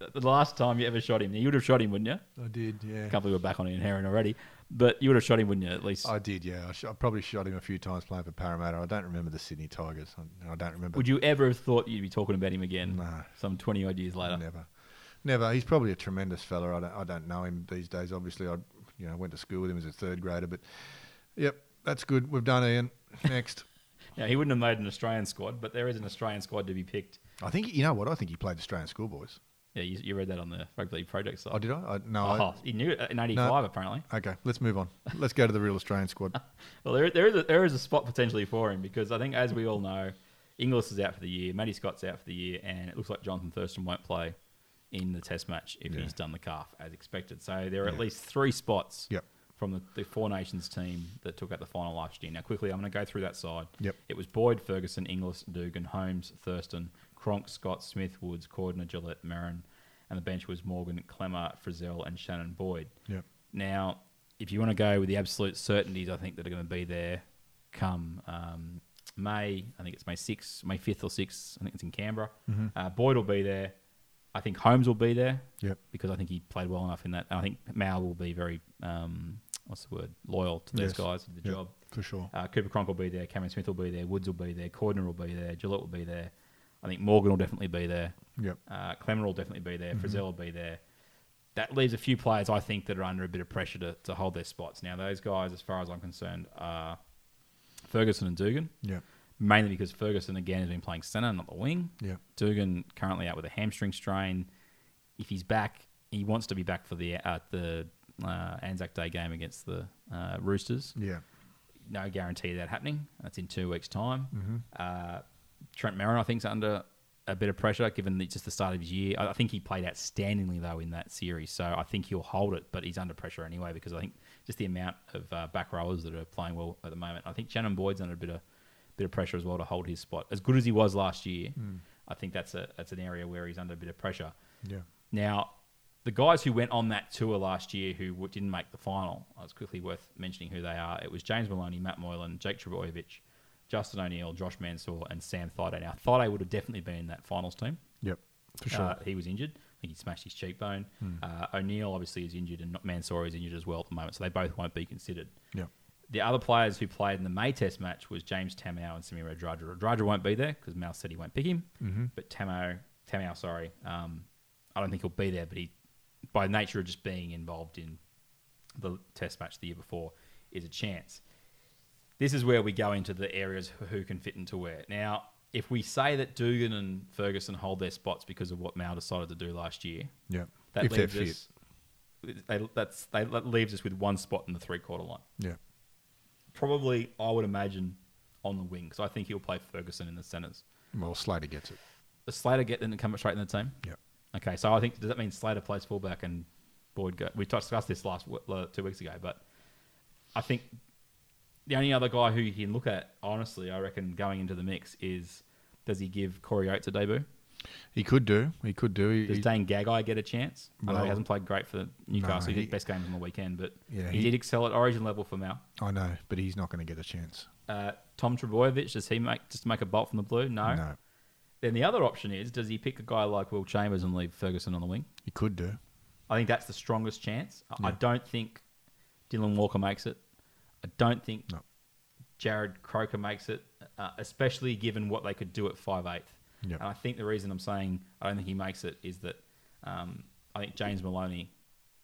S3: uh, the last time you ever shot him. You would have shot him, wouldn't you?
S4: I did, yeah.
S3: Can't believe we're back on Ian Heron already. But you would have shot him, wouldn't you? At least.
S4: I did, yeah. I, sh- I probably shot him a few times playing for Parramatta. I don't remember the Sydney Tigers. I, I don't remember.
S3: would you ever have thought you'd be talking about him again? Some twenty odd years later.
S4: Never. Never. He's probably a tremendous fella. I don't, I don't know him these days. Obviously, I you know went to school with him as a third grader. But yep, that's good. We've done Ian. Next.
S3: Now he wouldn't have made an Australian squad, but there is an Australian squad to be picked.
S4: I think you know what. I think he played Australian schoolboys.
S3: Yeah, you, you read that on the rugby league project side.
S4: Oh, did I? I no.
S3: Oh,
S4: I,
S3: he knew it in
S4: No.
S3: '85 apparently.
S4: Okay, let's move on. Let's go to the real Australian squad.
S3: Well, there, there, is a, there is a spot potentially for him because I think, as we all know, Inglis is out for the year, Matty Scott's out for the year, and it looks like Jonathan Thurston won't play in the Test match if
S4: Yeah.
S3: he's done the calf as expected. So there are at
S4: Yeah.
S3: least three spots
S4: Yep.
S3: from the, the Four Nations team that took out the final last year. Now, quickly, I'm going to go through that side.
S4: Yep.
S3: It was Boyd, Ferguson, Inglis, Dugan, Holmes, Thurston, Cronk, Scott, Smith, Woods, Cordner, Gillette, Merrin, and the bench was Morgan, Clemmer, Frizzell, and Shannon Boyd.
S4: Yep.
S3: Now, if you want to go with the absolute certainties, I think that are going to be there come um, May. I think it's May 6th, May 5th or 6th. I think it's in Canberra.
S4: Mhm.
S3: Uh, Boyd will be there. I think Holmes will be there.
S4: Yep.
S3: Because I think he played well enough in that. And I think Mao will be very, um, what's the word, loyal to those
S4: Yes.
S3: guys, the
S4: Yep,
S3: job.
S4: for sure.
S3: Uh, Cooper Cronk will be there. Cameron Smith will be there. Woods will be there. Cordner will be there. Gillette will be there. I think Morgan will definitely be there.
S4: Yep.
S3: Uh, Clemmer will definitely be there.
S4: Mhm.
S3: Frizzell will be there. That leaves a few players I think that are under a bit of pressure to, to hold their spots. Now, those guys, as far as I'm concerned, are Ferguson and Dugan.
S4: Yep.
S3: Mainly because Ferguson, again, has been playing centre, not the wing.
S4: Yep.
S3: Dugan currently out with a hamstring strain. If he's back, he wants to be back for the uh, the uh, Anzac Day game against the uh, Roosters.
S4: Yeah.
S3: No guarantee of that happening. That's in two weeks' time.
S4: Mhm.
S3: Uh, Trent Merrin, I think, is under a bit of pressure given the, just the start of his year. I, I think he played outstandingly though in that series, so I think he'll hold it. But he's under pressure anyway because I think just the amount of uh, back rowers that are playing well at the moment. I think Shannon Boyd's under a bit of bit of pressure as well to hold his spot as good as he was last year.
S4: Mm.
S3: I think that's a that's an area where he's under a bit of pressure.
S4: Yeah.
S3: Now, the guys who went on that tour last year who w- didn't make the final, uh, it's quickly worth mentioning who they are. It was James Maloney, Matt Moylan, Jake Trebojevic, Justin O'Neill, Josh Mansour, and Sam Thaiday. Now, Thaiday would have definitely been in that finals team.
S4: Yep, for sure.
S3: Uh, he was injured. I think he smashed his cheekbone.
S4: Hmm.
S3: Uh, O'Neill obviously is injured, and Mansour is injured as well at the moment, so they both won't be considered.
S4: Yep.
S3: The other players who played in the May Test match was James Tamau and Samir Radraja. Radraja won't be there because Mouse said he won't pick him.
S4: Mhm.
S3: But Tamau, Tamau, sorry, um, I don't think he'll be there. But he, by nature of just being involved in the Test match the year before, is a chance. This is where we go into the areas who can fit into where. Now, if we say that Dugan and Ferguson hold their spots because of what Mao decided to do last year,
S4: Yeah.
S3: that
S4: If they're
S3: leaves us. They, that's they, that leaves us with one spot in the three quarter line
S4: Yeah.
S3: probably I would imagine on the wing because I think he'll play Ferguson in the centres.
S4: Well, Slater gets it.
S3: Does Slater get them to come straight in the team?
S4: Yeah.
S3: Okay, so I think does that mean Slater plays fullback and Boyd? Go, we discussed this last uh, two weeks ago, but I think the only other guy who you can look at honestly, I reckon, going into the mix is does he give Corey Oates a debut?
S4: He could do. He could do. He,
S3: Does
S4: he-
S3: Dane Gagai get a chance? I know
S4: Well,
S3: he hasn't played great for Newcastle. he,
S4: he-
S3: did best games on the weekend, but
S4: Yeah,
S3: he,
S4: he-
S3: did excel at Origin level for Mal.
S4: I know, but he's not going to get a chance.
S3: Uh, Tom Trebojevic, does he make just make a bolt from the blue? No.
S4: No.
S3: Then the other option is, does he pick a guy like Will Chambers and leave Ferguson on the wing?
S4: He could do.
S3: I think that's the strongest chance. I I
S4: Yeah.
S3: don't think Dylan Walker makes it. I don't think Jared Croker makes it, uh, especially given what they could do at 5'8".
S4: Yeah.
S3: And I think the reason I'm saying I don't think he makes it is that um, I think James Maloney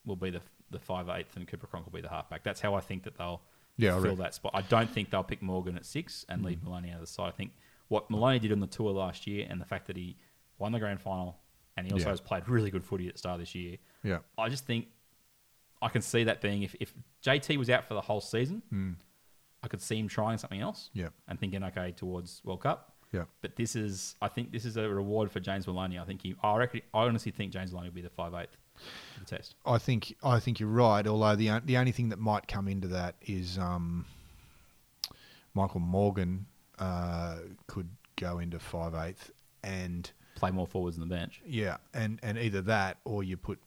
S3: will be the the 5'8", and Cooper Cronk will be the halfback. That's how I think that they'll
S4: Yeah, I
S3: fill
S4: reckon. Mm.
S3: that spot. I don't think they'll pick Morgan at six and leave Maloney out of the side. I think what Maloney did on the tour last year and the fact that he won the grand final and he also
S4: Yeah.
S3: has played really good footy at the start of this year.
S4: Yeah.
S3: I just think I can see that being if, if JT was out for the whole season,
S4: Mm.
S3: I could see him trying something else.
S4: Yeah.
S3: And thinking, okay, towards World Cup.
S4: Yeah.
S3: But this is, I think this is a reward for James Maloney. I think he, I reckon, I honestly think James Maloney will be the 5'8 for the test.
S4: I think I think you're right. Although the on- the only thing that might come into that is um, Michael Morgan uh, could go into five eighth and
S3: play more forwards on the bench.
S4: Yeah, and and either that or you put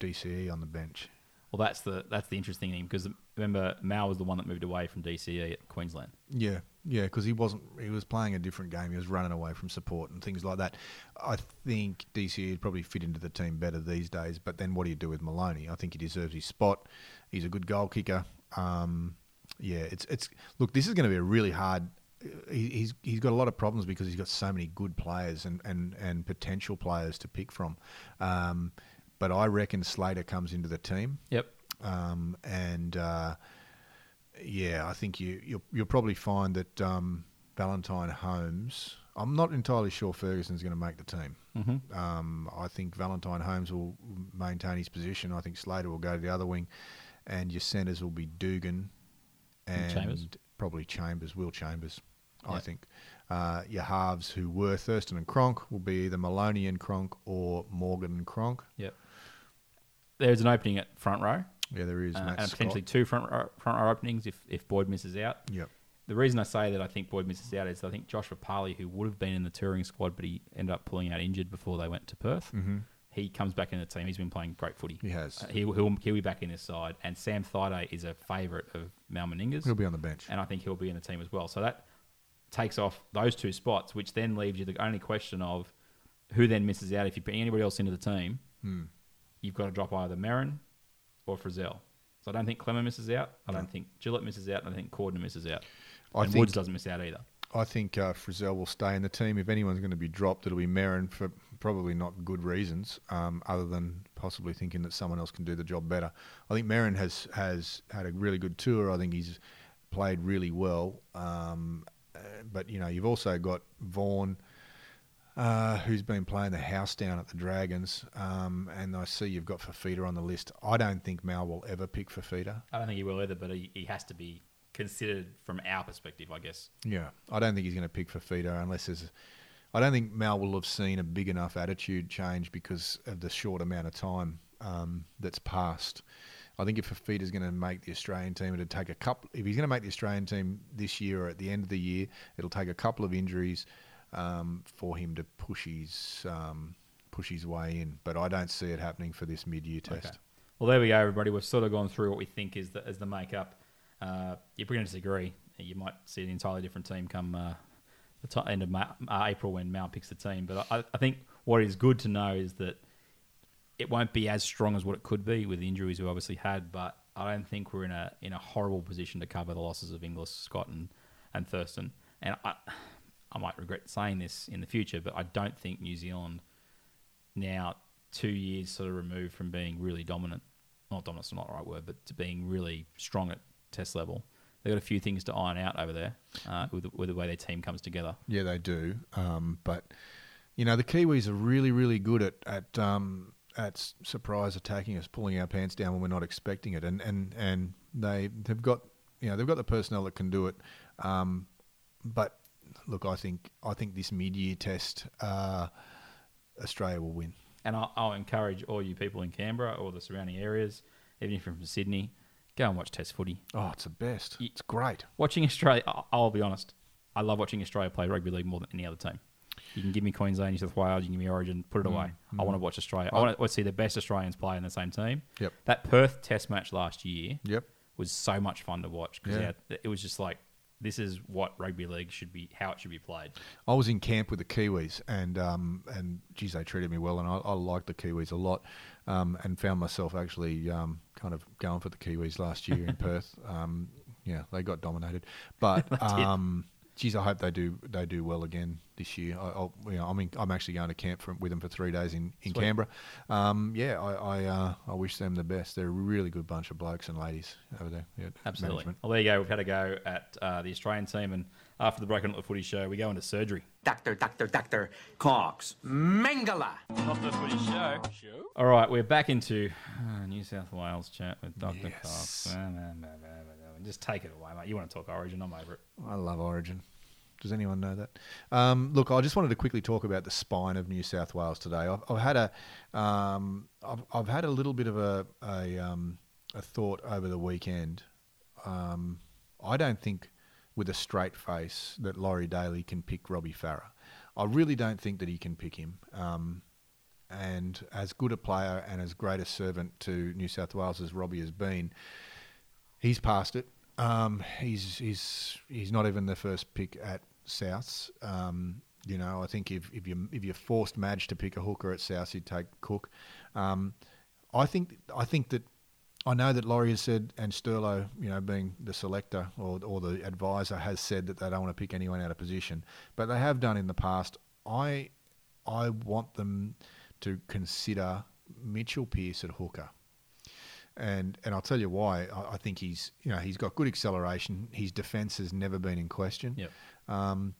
S4: DCE on the bench.
S3: Well, that's the that's the interesting thing because remember Mao was the one that moved away from DCE at Queensland.
S4: Yeah, yeah, because he wasn't. He was playing a different game. He was running away from support and things like that. I think DCE would probably fit into the team better these days. But then, what do you do with Maloney? I think he deserves his spot. He's a good goal kicker. Um, yeah, it's it's. Look, this is going to be a really hard. He, he's he's got a lot of problems because he's got so many good players and and and potential players to pick from. Um, but I reckon Slater comes into the team.
S3: Yep.
S4: Um, and uh, yeah, I think you you'll, you'll probably find that um, Valentine Holmes. I'm not entirely sure Ferguson's going to make the team.
S3: Mhm.
S4: Um, I think Valentine Holmes will maintain his position. I think Slater will go to the other wing, and your centres will be Dugan
S3: And
S4: and
S3: Chambers.
S4: probably Chambers, Will Chambers. I
S3: Yeah.
S4: think uh, your halves who were Thurston and Cronk will be either Maloney and Cronk or Morgan and Cronk.
S3: Yep. There's an opening at front row.
S4: Yeah, there is,
S3: Uh,
S4: Matt
S3: and potentially
S4: Scott.
S3: two front row, front row openings if, if Boyd misses out.
S4: Yep.
S3: The reason I say that I think Boyd misses out is I think Josh Rapali, who would have been in the touring squad, but he ended up pulling out injured before they went to Perth.
S4: Mhm.
S3: He comes back in the team. He's been playing great footy.
S4: He has.
S3: Uh, he'll, he'll, he'll be back in his side. And Sam Thaiday is a favourite of Mal Meninga's.
S4: He'll be on the bench.
S3: And I think he'll be in the team as well. So that takes off those two spots, which then leaves you the only question of who then misses out. If you put anybody else into the team,
S4: Hmm.
S3: you've got to drop either Marin or Frizzell. So I don't think Clemmer misses out. I don't
S4: No.
S3: think Gillett misses out. and I think Cordner misses out.
S4: I
S3: and
S4: think-
S3: Woods doesn't miss out either.
S4: I think uh, Frizzell will stay in the team. If anyone's going to be dropped, it'll be Merrin for probably not good reasons, um, other than possibly thinking that someone else can do the job better. I think Merrin has has had a really good tour. I think he's played really well. Um, uh, but you know, you've also got Vaughan, uh, who's been playing the house down at the Dragons, um, and I see you've got Fafita on the list. I don't think Mal will ever pick Fafita.
S3: I don't think he will either, but he, he has to be considered from our perspective, I guess.
S4: Yeah, I don't think he's going to pick Fafita unless there's. I don't think Mal will have seen a big enough attitude change because of the short amount of time um, that's passed. I think if Fafita's going to make the Australian team, it'd take a couple. If he's going to make the Australian team this year or at the end of the year, it'll take a couple of injuries. um, for him to push his um, push his way in. But I don't see it happening for this mid-year test.
S3: Okay. Well, there we go, everybody. We've sort of gone through what we think is the, is the makeup. Uh, if we're going to disagree, you might see an entirely different team come uh, the t- end of Ma- uh, April when Mount picks the team. But I, I think what is good to know is that it won't be as strong as what it could be with the injuries we obviously had. But I don't think we're in a in a horrible position to cover the losses of Inglis, Scott, and, and Thurston. And I I might regret saying this in the future, but I don't think New Zealand now two years sort of removed from being really dominant. Not dominant's not the right word, but to being really strong at test level. They've got a few things to iron out over there uh, with, with the way their team comes together.
S4: Yeah, they do. Um, but you know, the Kiwis are really, really good at at um, at surprise attacking us, pulling our pants down when we're not expecting it, and and and they have got you know they've got the personnel that can do it. Um, but look, I think I think this mid-year test, uh, Australia will win.
S3: And I'll, I'll encourage all you people in Canberra or the surrounding areas, even if you're from Sydney, go and watch Test footy.
S4: Oh, it's the best. It's great.
S3: Watching Australia, I- I'll be honest, I love watching Australia play rugby league more than any other team. You can give me Queensland, New South Wales, you can give me Origin, put it
S4: Mm,
S3: away. I
S4: mm.
S3: want to watch Australia. I
S4: Oh.
S3: want to see the best Australians play in the same team.
S4: Yep.
S3: That Perth Test match last year
S4: Yep.
S3: was so much fun to watch because
S4: Yeah.
S3: it was just like, this is what rugby league should be, how it should be played.
S4: I was in camp with the Kiwis, and um, and geez, they treated me well, and I, I liked the Kiwis a lot, um, and found myself actually um, kind of going for the Kiwis last year in Perth. Um, yeah, they got dominated, but
S3: They did.
S4: um, geez, I hope they do they do well again this year. I, I'll, you know, I'm in, I'm actually going to camp for, with them for three days in in
S3: Sweet.
S4: Canberra. Um, yeah, I I, uh, I wish them the best. They're a really good bunch of blokes and ladies over there. Yeah,
S3: Absolutely.
S4: management.
S3: Well, there you go. We've had a go at uh, the Australian team, and after the Broken Up the Footy show, we go into surgery.
S15: Doctor, doctor, doctor Cox. Mangala. Not the footy show. Show?
S3: All right, we're back into uh, New South Wales chat with Dr.
S4: Yes.
S3: Cox. Blah, blah, blah, blah, blah, blah. Just take it away, mate. You want to talk Origin? I'm over it.
S4: I love Origin. Does anyone know that? Um, look, I just wanted to quickly talk about the spine of New South Wales today. I've, I've had a, um, I've, I've had a little bit of a a, um, a thought over the weekend. Um, I don't think, with a straight face, that Laurie Daly can pick Robbie Farah. I really don't think that he can pick him. Um, and as good a player and as great a servant to New South Wales as Robbie has been, he's past it. Um, he's he's he's not even the first pick at Souths. Um, you know, I think if if you if you forced Madge to pick a hooker at Souths, he'd take Cook. Um, I think I think that I know that Laurie has said, and Sturlo, you know, being the selector or, or the advisor, has said that they don't want to pick anyone out of position, but they have done in the past. I I want them to consider Mitchell Pearce at hooker and and I'll tell you why. I, I think he's you know he's got good acceleration. His defence has never been in question.
S3: Yep.
S4: Um,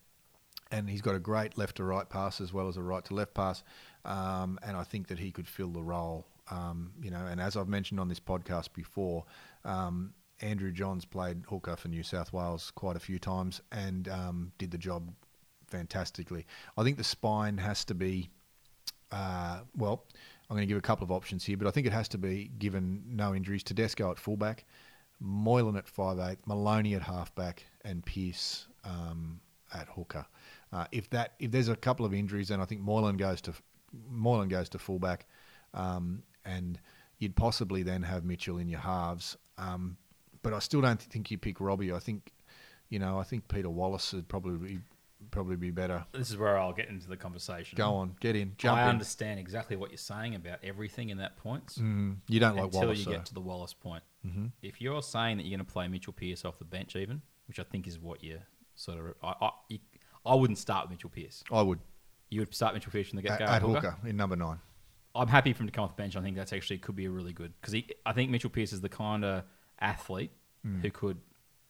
S4: and he's got a great left to right pass as well as a right to left pass. Um, and I think that he could fill the role. Um, you know, and as I've mentioned on this podcast before, um, Andrew Johns played hooker for New South Wales quite a few times and um, did the job fantastically. I think the spine has to be uh, well, I'm going to give a couple of options here, but I think it has to be given no injuries. Tedesco at fullback, Moylan at 5'8, Maloney at halfback, and Pearce um, at hooker. Uh, if that if there's a couple of injuries, then I think Moylan goes to Moylan goes to fullback, um, and you'd possibly then have Mitchell in your halves. Um, but I still don't think you pick Robbie. I think, you know, I think Peter Wallace would probably probably be better.
S3: This is where I'll get into the conversation.
S4: Go on, get in, jump
S3: I
S4: in.
S3: understand exactly what you're saying about everything in that point.
S4: Mm, you don't like
S3: until
S4: Wallace, uh,
S3: you
S4: though.
S3: get to the Wallace point.
S4: Mhm.
S3: If you're saying that you're going to play Mitchell Pearce off the bench, even which I think is what you sort of, I, I, you, I wouldn't start Mitchell Pearce.
S4: I would.
S3: You would start Mitchell Pearce from the get
S4: At,
S3: go.
S4: at hooker in number nine.
S3: I'm happy for him to come off the bench. I think that's actually could be a really good because I think Mitchell Pearce is the kind of athlete
S4: Mm.
S3: who could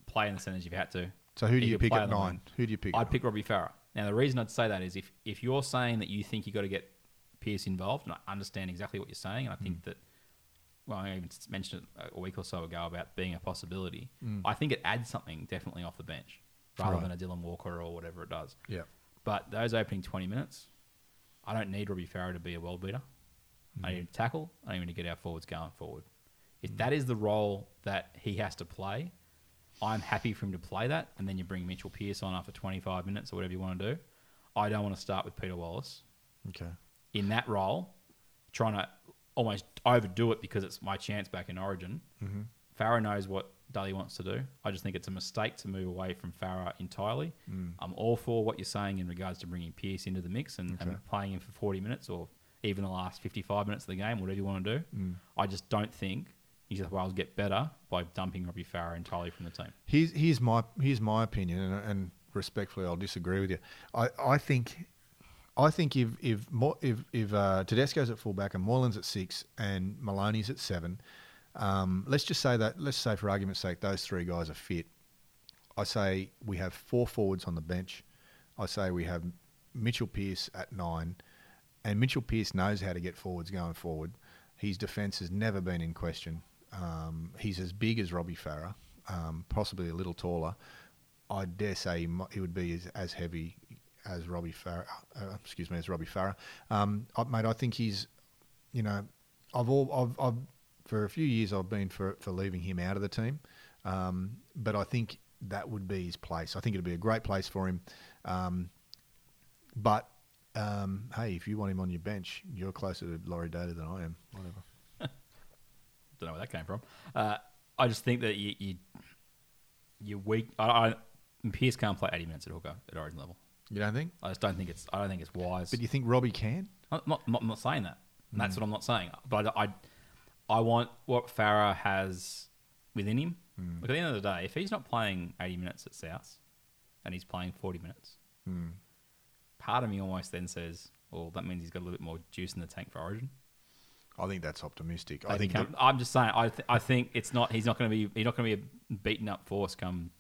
S3: play in the centres if you had to.
S4: So who do
S3: He
S4: you
S3: could
S4: pick
S3: play
S4: at
S3: on the
S4: nine?
S3: wing.
S4: Who do you pick at
S3: I'd pick Robbie Farah. Now the reason I'd say that is if if you're saying that you think you got to get Pearce involved, and I understand exactly what you're saying, and I
S4: Hmm.
S3: think that well, I even mentioned it a week or so ago about being a possibility.
S4: Mm.
S3: I think it adds something definitely off the bench rather
S4: Right.
S3: than a Dylan Walker or whatever it does.
S4: Yeah.
S3: But those opening 20 minutes, I don't need Robbie Farrow to be a world beater. I need him to tackle. I need him to get our forwards going forward. If that is the role that he has to play, I'm happy for him to play that. And then you bring Mitchell Pearce on after 25 minutes or whatever you want to do. I don't want to start with Peter Wallace
S16: Okay.
S3: in that role, trying to almost overdo it because it's my chance back in Origin.
S16: Mhm.
S3: Farah knows what Daly wants to do. I just think it's a mistake to move away from Farah entirely.
S16: Mm.
S3: I'm all for what you're saying in regards to bringing Pierce into the mix and, and
S16: Okay.
S3: playing him for 40 minutes or even the last 55 minutes of the game, whatever you want to do.
S16: Mm.
S3: I just don't think New South Wales get better by dumping Robbie Farah entirely from the team.
S4: Here's, here's my here's my opinion, and, and respectfully, I'll disagree with you. I, I think I think if if Mo- if, if uh, Tedesco's at fullback and Moylan's at six and Maloney's at seven, um, let's just say that let's say for argument's sake those three guys are fit. I say we have four forwards on the bench. I say we have Mitchell Pearce at nine, and Mitchell Pearce knows how to get forwards going forward. His defence has never been in question. Um, he's as big as Robbie Farah, um, possibly a little taller. I dare say he, mi- he would be as, as heavy as Robbie Farah. Uh, excuse me, as Robbie Farah. Um, I, mate, I think he's, you know, I've all I've, I've for a few years I've been for for leaving him out of the team, um, but I think that would be his place. I think it'd be a great place for him. Um, but um, hey, if you want him on your bench, you're closer to Laurie Data than I am. Whatever.
S3: don't know where that came from. Uh, I just think that you, you you're weak. I, I Pierce can't play 80 minutes at hooker at Origin level.
S4: You don't think?
S3: I just don't think it's. I don't think it's wise.
S4: But you think Robbie can?
S3: I'm not, I'm not, I'm not saying that. And That's
S4: Mm.
S3: what I'm not saying. But I, I want what Farah has within him.
S4: Mm.
S3: Look, at the end of the day, if he's not playing 80 minutes at South, and he's playing 40 minutes,
S4: Mm.
S3: part of me almost then says, "Well, that means he's got a little bit more juice in the tank for Origin."
S4: I think that's optimistic. I
S3: Like,
S4: think
S3: come-
S4: that-
S3: I'm just saying. I th- I think it's not. He's not going to be. He's not going to be a beaten up force come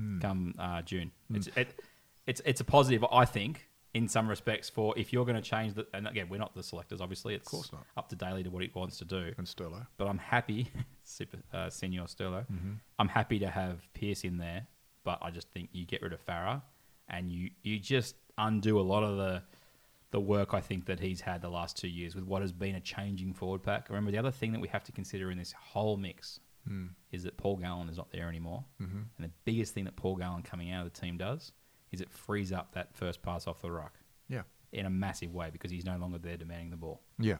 S4: Mm.
S3: come uh, June.
S4: Hmm.
S3: It's it, it's it's a positive. I think in some respects for if you're going to change the. And again, we're not the selectors. Obviously, it's
S4: course not.
S3: up to Daly to what he wants to do.
S4: And Sterlo.
S3: But I'm happy, Sip- uh, Senor Sterlo.
S4: Mhm.
S3: I'm happy to have Pierce in there, but I just think you get rid of Farah, and you you just undo a lot of the the work I think that he's had the last two years with what has been a changing forward pack. Remember the other thing that we have to consider in this whole mix
S4: Hmm.
S3: is that Paul Gallen is not there anymore,
S4: Mhm.
S3: and the biggest thing that Paul Gallen coming out of the team does is it frees up that first pass off the rock.
S4: Yeah.
S3: In a massive way because he's no longer there demanding the ball.
S4: Yeah,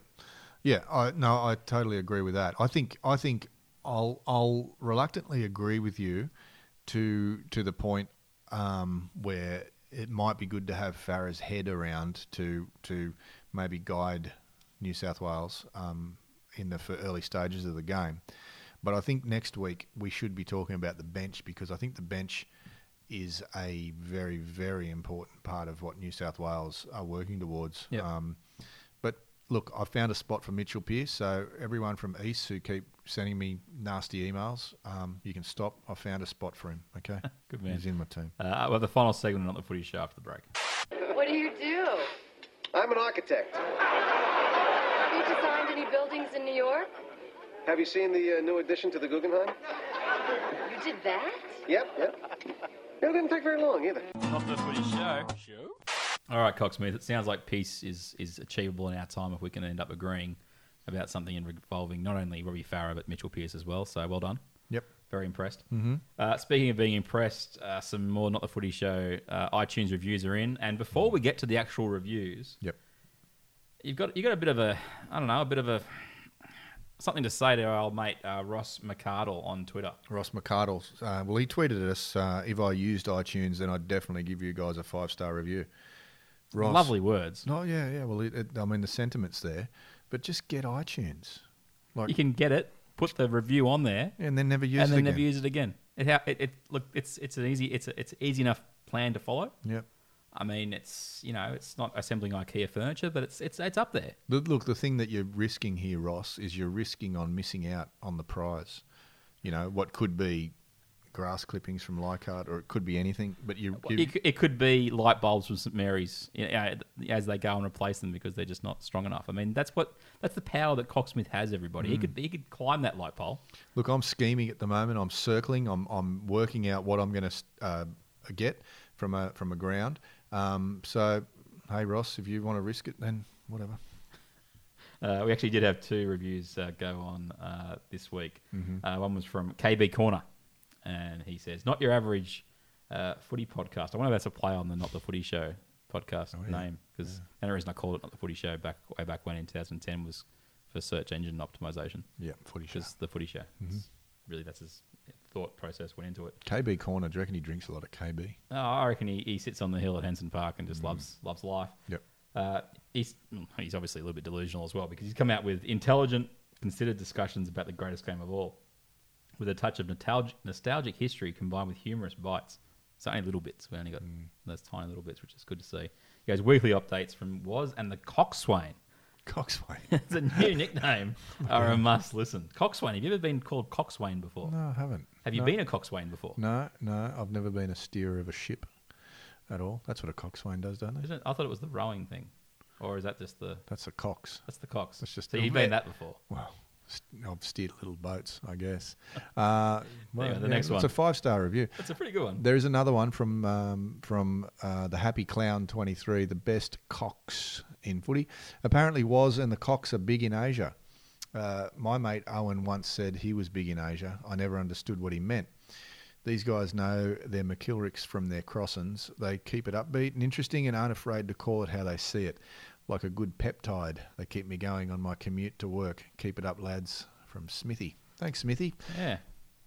S4: yeah. I no, I totally agree with that. I think I think I'll I'll reluctantly agree with you to to the point um, where it might be good to have Farah's head around to to maybe guide New South Wales um, in the fir- early stages of the game. But I think next week we should be talking about the bench because I think the bench is a very, very important part of what New South Wales are working towards.
S3: Yep.
S4: Um, but look, I found a spot for Mitchell Pearce. So everyone from East who keep sending me nasty emails, um, you can stop. I found a spot for him. Okay,
S3: Good man.
S4: He's in my team.
S3: Uh, well, the final segment on the footy show after the break.
S17: What do you do?
S2: I'm an architect.
S17: Have you designed any buildings in New York?
S2: Have you seen the uh, new addition to the Guggenheim?
S17: You did that?
S2: Yep, yep. It didn't take very long either.
S7: Not the footy show.
S3: All right, Cocksmith. It sounds like peace is is achievable in our time if we can end up agreeing about something involving not only Robbie Farah but Mitchell Pearce as well. So well done.
S4: Yep.
S3: Very impressed.
S4: Mhm.
S3: Uh, speaking of being impressed, uh, some more not the footy show uh, iTunes reviews are in, and before we get to the actual reviews,
S4: yep,
S3: you've got you got a bit of a I don't know a bit of a something to say to our old mate uh, Ross McCardle on Twitter.
S4: Ross McCardle. Uh, well, he tweeted at us uh, if I used iTunes, then I'd definitely give you guys a five star review.
S3: Lovely words.
S4: No, yeah, yeah. Well, it, it, I mean, the sentiment's there, but just get iTunes. Like
S3: you can get it, put the review on there,
S4: and then never use
S3: and
S4: it
S3: then
S4: again.
S3: never use it again. It, ha- it, it look, it's it's an easy it's a, it's easy enough plan to follow.
S4: Yep.
S3: I mean, it's you know, it's not assembling IKEA furniture, but it's it's it's up there.
S4: But look, the thing that you're risking here, Ross, is you're risking on missing out on the prize. You know what could be grass clippings from Leichhardt, or it could be anything. But you, you
S3: It, c- it could be light bulbs from St Mary's you know, as they go and replace them because they're just not strong enough. I mean, that's what that's the power that Cocksmith has. Everybody, he
S4: Mm.
S3: could he could climb that light pole.
S4: Look, I'm scheming at the moment. I'm circling. I'm I'm working out what I'm going to uh, get from a from a ground. Um, so, hey Ross, if you want to risk it, then whatever.
S3: Uh, we actually did have two reviews uh, go on uh, this week.
S4: Mhm.
S3: Uh, one was from KB Corner, and he says, "Not your average uh, footy podcast." I wonder if that's a play on the Not the Footy Show podcast
S4: Oh,
S3: name because and the reason I called it not the Footy Show back way back when in 2010 was for search engine optimization.
S4: Yeah, Footy Show.
S3: Because the Footy Show.
S4: Mhm.
S3: It's Really, that's his thought process went into it.
S4: KB Corner, do you reckon he drinks a lot of KB?
S3: Oh, I reckon he, he sits on the hill at Henson Park and just loves loves life.
S4: Mm. Yep.
S3: Uh, he's mm, he's obviously a little bit delusional as well because he's come out with intelligent, considered discussions about the greatest game of all, with a touch of nostalgic, nostalgic history combined with humorous bites. It's only little bits. We only got
S4: Mm.
S3: those tiny little bits, which is good to see. He goes weekly updates from Was and the Coxswain.
S4: Coxswain.
S3: it's a new nickname. Are a must listen. Coxswain. Have you ever been called Coxswain before?
S4: No, I haven't.
S3: Have you
S4: No.
S3: been a Coxswain before?
S4: No, no, I've never been a steerer of a ship at all. That's what a coxswain does, don't they?
S3: Isn't it- I thought it was the rowing thing, or is that just the?
S4: That's the cox.
S3: That's the cox.
S4: That's just
S3: so you've been that before.
S4: Well, st- I've steered little boats, I guess. Uh, well,
S3: Anyway, the
S4: yeah,
S3: next
S4: It's
S3: one.
S4: a five star review.
S3: That's a pretty good one.
S4: There is another one from um, from uh, the Happy Clown twenty three. The best cocks in footy apparently was, and the cocks are big in Asia. Uh, my mate Owen once said he was big in Asia. I never understood what he meant. These guys know their McKilricks from their crossings. They keep it upbeat and interesting and aren't afraid to call it how they see it. Like a good peptide, they keep me going on my commute to work. Keep it up, lads, from Smithy. Thanks, Smithy.
S3: Yeah.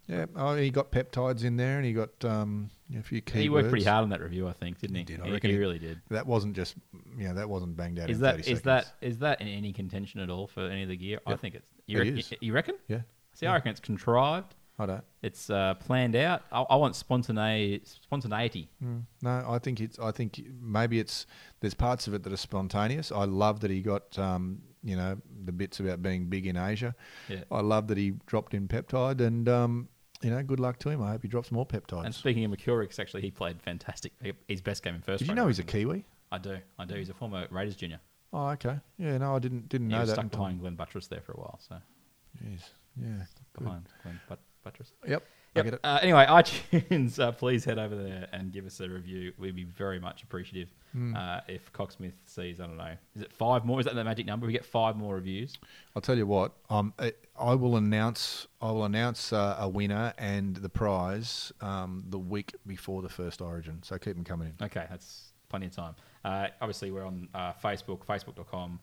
S4: Yeah, oh, he got peptides in there, and he got um, a few key.
S3: He worked pretty hard on that review, I think, didn't he?
S4: did. I
S3: He-
S4: reckon
S3: he
S4: he-
S3: really did.
S4: That wasn't just yeah, that wasn't banged out.
S3: Is
S4: in
S3: that
S4: 30
S3: is
S4: seconds.
S3: that is that in any contention at all for any of the gear? I
S4: Yep.
S3: think it's.
S4: It
S3: You, reckon,
S4: is.
S3: you reckon?
S4: Yeah.
S3: See, I reckon it's contrived.
S4: I don't.
S3: It's uh, planned out. I, I want spontane spontaneity.
S4: Mm, No, I think it's. I think maybe it's. There's parts of it that are spontaneous. I love that he got. Um, you know the bits about being big in Asia.
S3: Yeah.
S4: I love that he dropped in peptide, and um, you know, good luck to him. I hope he drops more
S3: And
S4: peptides.
S3: speaking of McCurricks, actually, he played fantastic. His best game in first.
S4: Did you
S3: grade,
S4: know
S3: I
S4: he's a
S3: reckon.
S4: Kiwi?
S3: I do. I do. He's a former Raiders junior.
S4: Oh, okay. Yeah, no, I didn't didn't
S3: He
S4: know
S3: was
S4: that.
S3: stuck
S4: until-
S3: behind Glenn Buttress there for a while. So
S4: Jeez. Yeah. good.
S3: behind Glenn but- Buttress.
S4: Yep. I
S3: Yep.
S4: get it.
S3: Uh, anyway, iTunes, uh, please head over there and give us a review. We'd be very much appreciative
S4: Mm.
S3: uh, if Cocksmith sees, I don't know, is it five more? Is that the magic number? We get five more reviews.
S4: I'll tell you what. Um, I- I will announce. I will announce uh, a winner and the prize um, the week before the first Origin. So keep them coming in.
S3: Okay, that's plenty of time. Uh, obviously, we're on uh, Facebook, facebook.com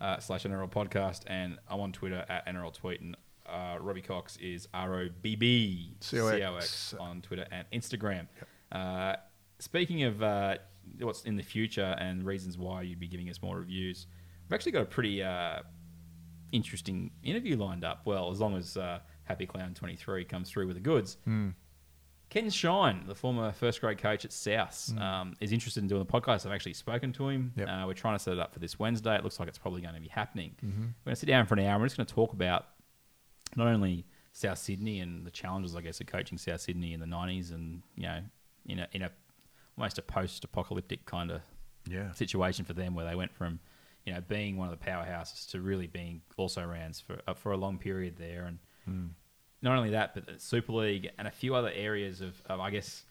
S3: uh, slash NRL podcast, and I'm on Twitter at NRL tweet. And uh, Robbie Cox is R O B B C O
S4: C-O-X.
S3: X on Twitter and Instagram. Uh, speaking of uh, what's in the future and reasons why you'd be giving us more reviews, we've actually got a pretty uh, interesting interview lined up. Well, as long as uh, Happy Clown 23 comes through with the goods. Ken Shine, the former first grade coach at South, um, is interested in doing the podcast. I've actually spoken to him.
S4: Yep.
S3: Uh, we're trying to set it up for this Wednesday. It looks like it's probably going to be happening.
S4: Mhm.
S3: We're going to sit down for an hour. and We're just going to talk about not only South Sydney and the challenges, I guess, of coaching South Sydney in the '90s, and you know, in a, in a almost a post-apocalyptic kind of
S4: Yeah.
S3: situation for them, where they went from you know being one of the powerhouses to really being also rans for uh, for a long period there, and
S4: Hmm.
S3: not only that, but the Super League and a few other areas of, of I guess,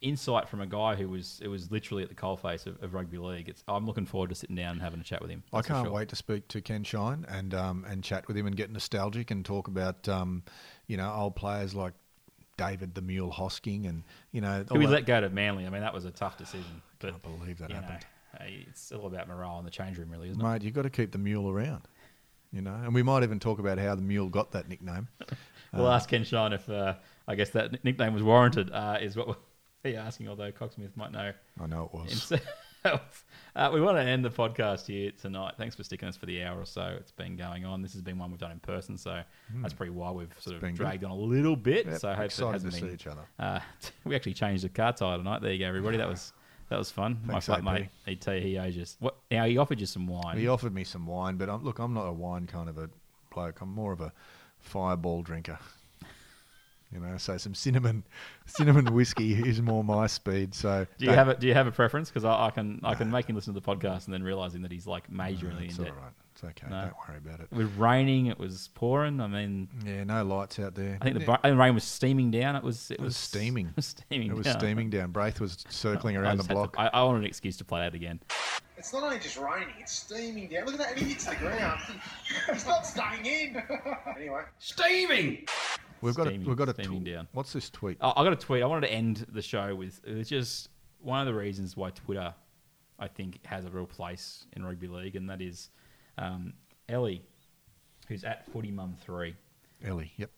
S3: insight from a guy who was it was literally at the coalface of, of rugby league. It's I'm looking forward to sitting down and having a chat with him.
S4: I
S3: that's for
S4: can't
S3: sure.
S4: wait to speak to Ken Shine and um, and chat with him and get nostalgic and talk about um, you know old players like David the Mule Hosking and you know
S3: Who we
S4: all
S3: let go to Manly? I mean, that was a tough decision. But, I
S4: can't believe that happened.
S3: it's all about morale in the change room, really,
S4: that-
S3: isn't it?
S4: mate. You've got to keep the mule around, you know. And we might even talk about how the mule got that nickname.
S3: We'll
S4: Uh,
S3: ask Ken Shine if uh, I guess that nickname was warranted. Uh, is what we're asking, although Cocksmith might know.
S4: I know it was.
S3: himself. Uh, we want to end the podcast here tonight. Thanks for sticking us for the hour or so. It's been going on. This has been one we've done in person, so
S4: Hmm.
S3: that's probably why we've sort
S4: been
S3: of
S4: good.
S3: dragged on a little bit.
S4: Yep,
S3: So I hope
S4: excited
S3: it hasn't
S4: to
S3: been,
S4: see each other.
S3: Uh, we actually changed the car tire tonight. There you go, everybody. That was that was fun.
S4: Thanks,
S3: My flat
S4: AP.
S3: mate, he tell you he owes you. What now? He offered you some wine.
S4: He offered me some wine, but I'm, look, I'm not a wine kind of a bloke. I'm more of a fireball drinker. You know, so some cinnamon, cinnamon whiskey is more my speed. So
S3: do you have a Do you have a preference? Because I, I can I can make him listen to the podcast and then realizing that he's like majorly in
S4: it's
S3: debt.
S4: all right. It's okay.
S3: No.
S4: Don't worry about it.
S3: It was raining. It was pouring. I mean,
S4: Yeah, no lights out there.
S3: I think the
S4: Yeah.
S3: bri- I think rain was steaming down. It was. It,
S4: It was steaming.
S3: It was steaming.
S4: It was
S3: down.
S4: steaming down. Braith was circling
S3: I
S4: around the
S3: just had to-
S4: block.
S3: I, I want an excuse to play that again.
S1: It's not only just raining, it's steaming down. Look at that, and he hits the ground. it's not staying in. anyway. Steaming!
S4: We've got
S3: Steaming-
S4: a, we've got a
S3: steaming
S4: tw-
S3: down. Oh.
S4: What's this tweet?
S3: I, I got a tweet. I wanted to end the show with it's just one of the reasons why Twitter I think has a real place in rugby league, and that is um, Ellie, who's at Footy Mum Three.
S4: Ellie, yep.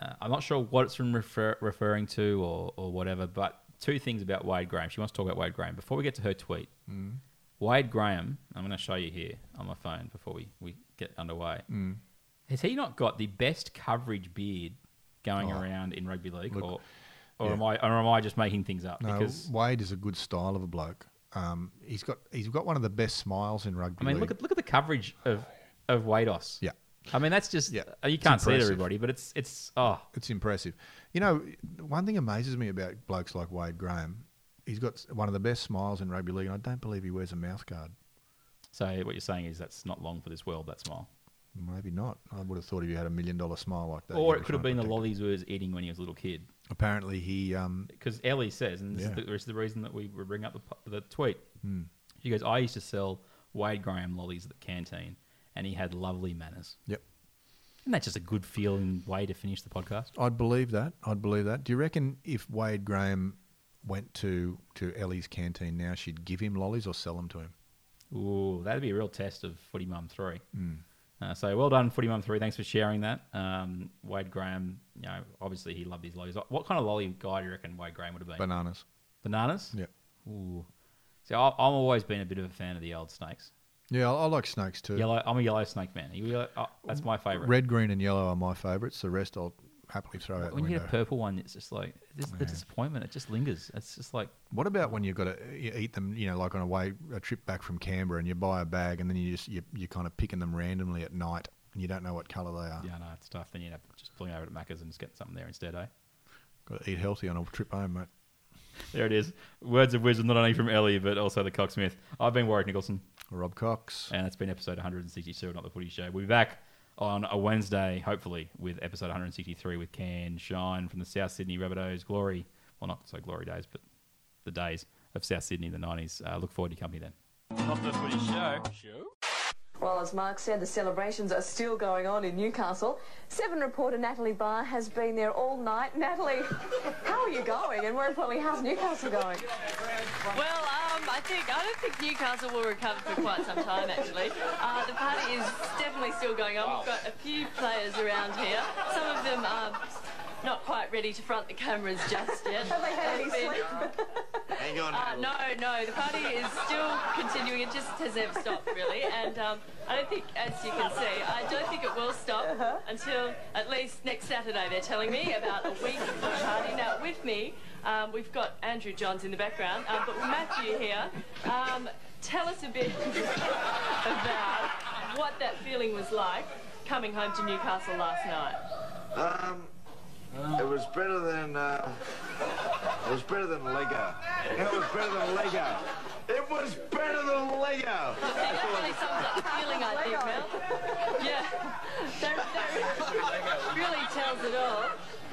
S3: Uh, I'm not sure what it's from refer- referring to or, or whatever, but two things about Wade Graham. She wants to talk about Wade Graham. Before we get to her tweet,
S4: Mm.
S3: Wade Graham, I'm going to show you here on my phone before we, we get underway.
S4: Mm.
S3: Has he not got the best coverage beard going around in rugby league?
S4: Oh. look,
S3: or or,
S4: yeah.
S3: am I, or am I just making things up?
S4: No,
S3: because
S4: Wade is a good style of a bloke. Um, he's got he's got one of the best smiles in rugby.
S3: I mean, look
S4: league.
S3: at look at the coverage of of Wados.
S4: Yeah.
S3: I mean that's just you
S4: It's
S3: can't see it
S4: impressive.
S3: everybody, but it's it's oh
S4: it's impressive. You know, one thing amazes me about blokes like Wade Graham, he's got one of the best smiles in rugby league, and I don't believe he wears a mouth guard.
S3: So what you're saying is that's not long for this world. That smile.
S4: Maybe not. I would have thought if you had a million dollar smile like that.
S3: or
S4: you'd
S3: it
S4: be
S3: could have
S4: trying
S3: been the
S4: to protect-
S3: lollies he was eating when he was a little kid.
S4: Apparently, he um,
S3: Because Ellie says, and this,
S4: Yeah.
S3: is, the, this is the reason that we were bringing up the, pu- the tweet.
S4: Hmm.
S3: She goes, I used to sell Wade Graham lollies at the canteen, and he had lovely manners.
S4: Yep.
S3: Isn't that just a good feeling way to finish the podcast?
S4: I'd believe that. I'd believe that. Do you reckon if Wade Graham went to to Ellie's canteen now, she'd give him lollies or sell them to him?
S3: Ooh, that'd be a real test of Footy Mum 3.
S4: Mm.
S3: Uh, so well done, Footy Mum 3. Thanks for sharing that. Um, Wade Graham, you know, obviously he loved his lollies. What kind of lolly guy do you reckon Wade Graham would have been?
S4: Bananas.
S3: Bananas?
S4: Yep.
S3: Ooh. See, I, I've always been a bit of a fan of the old snakes.
S4: Yeah, I, I like snakes too.
S3: Yellow. I'm a yellow snake man. You yellow- oh, that's my favorite.
S4: Red, green, and yellow are my favourites. The rest I'll happily throw out.
S3: When
S4: the
S3: you
S4: window.
S3: get a purple one, it's just like it's the
S4: Yeah.
S3: disappointment. It just lingers. It's just like
S4: What about when you've got to you eat them, you know, like on a way a trip back from Canberra, and you buy a bag, and then you just you, you're kind of picking them randomly at night, and you don't know what colour they are.
S3: yeah, no, it's tough. Then you end up just pulling over to Macca's and just getting something there instead, eh?
S4: Got to eat healthy on a trip home, mate.
S3: There it is. Words of wisdom, not only from Ellie but also the Cocksmith. I've been Warwick Nicholson,
S4: Rob Cox,
S3: and it's been episode 162 of Not the Footy Show. We'll be back on a Wednesday, hopefully, with episode 163 with Can Shine from the South Sydney Rabbitohs. Glory, well, not so glory days, but the days of South Sydney in the 90s. Uh, look forward to your company then.
S7: Not the footy show. Show?
S16: Well, as Mark said, the celebrations are still going on in Newcastle. Seven reporter Natalie Barr has been there all night. Natalie, how are you going? And more importantly, how's Newcastle going?
S18: Well, um, I think I don't think Newcastle will recover for quite some time. Actually, uh, the party is definitely still going on. We've got a few players around here. Some of them are not quite ready to front the cameras just yet.
S16: Have they had any
S18: They've been-
S16: sleep?
S18: Hang on. Uh, no, no, the party is still continuing. It just has never stopped, really. And um, I don't think, as you can see, I don't think it will stop
S16: Uh-huh.
S18: until at least next Saturday. They're telling me about a week of the party. Now, with me, um, we've got Andrew Johns in the background, uh, but Matthew here. Um, tell us a bit about what that feeling was like coming home to Newcastle last night.
S19: Um, it was better than uh, it was better than Lego. It was better than Lego. It was better than Lego.
S18: It really sums up the feeling, I think, Mel. Yeah, that, that really tells it all.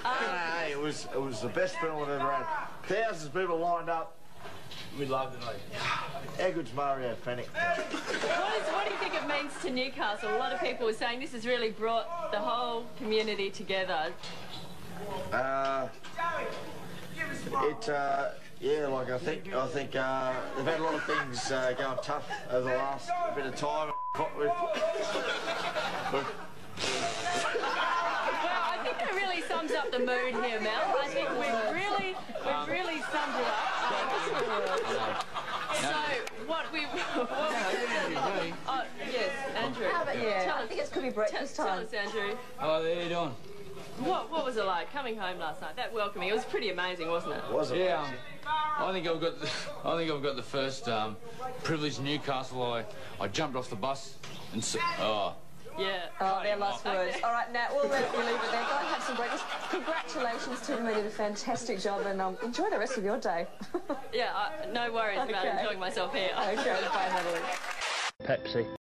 S18: Um,
S19: Hey, it was it was the best film I've ever had. Thousands of people lined up. We loved it. How good's Mario Fennec?
S18: what, is, what do you think it means to Newcastle? A lot of people were saying this has really brought the whole community together.
S19: Uh, it, uh, yeah, like I think, I think uh, they've had a lot of things uh, going tough over the last bit of time. We've, we've,
S18: Well, I think that really sums up the mood here, Mel. I think we've really, we've really summed it Uh, up. Um, so, what we... What we oh, yes, Andrew.
S16: How about- yeah,
S18: Tell
S16: I
S18: us-
S16: think it's gonna be breakfast
S18: tell-
S16: time.
S18: Tell us, Andrew.
S14: How are you doing?
S18: What, what was it like coming home last night? That welcoming, it was pretty amazing, wasn't it?
S14: Yeah, um, I think I've got the, I think I've got the first um, privileged Newcastle. I, I jumped off the bus and s oh,
S18: Yeah.
S16: Oh, their last words. All right, Nat, we'll let you leave it there. Go and have some breakfast. Congratulations to them. You did a fantastic job and um, enjoy the rest of your day.
S18: Yeah, I, no worries about
S16: Okay.
S18: enjoying myself here.
S16: Okay, bye, Natalie.
S9: Pepsi.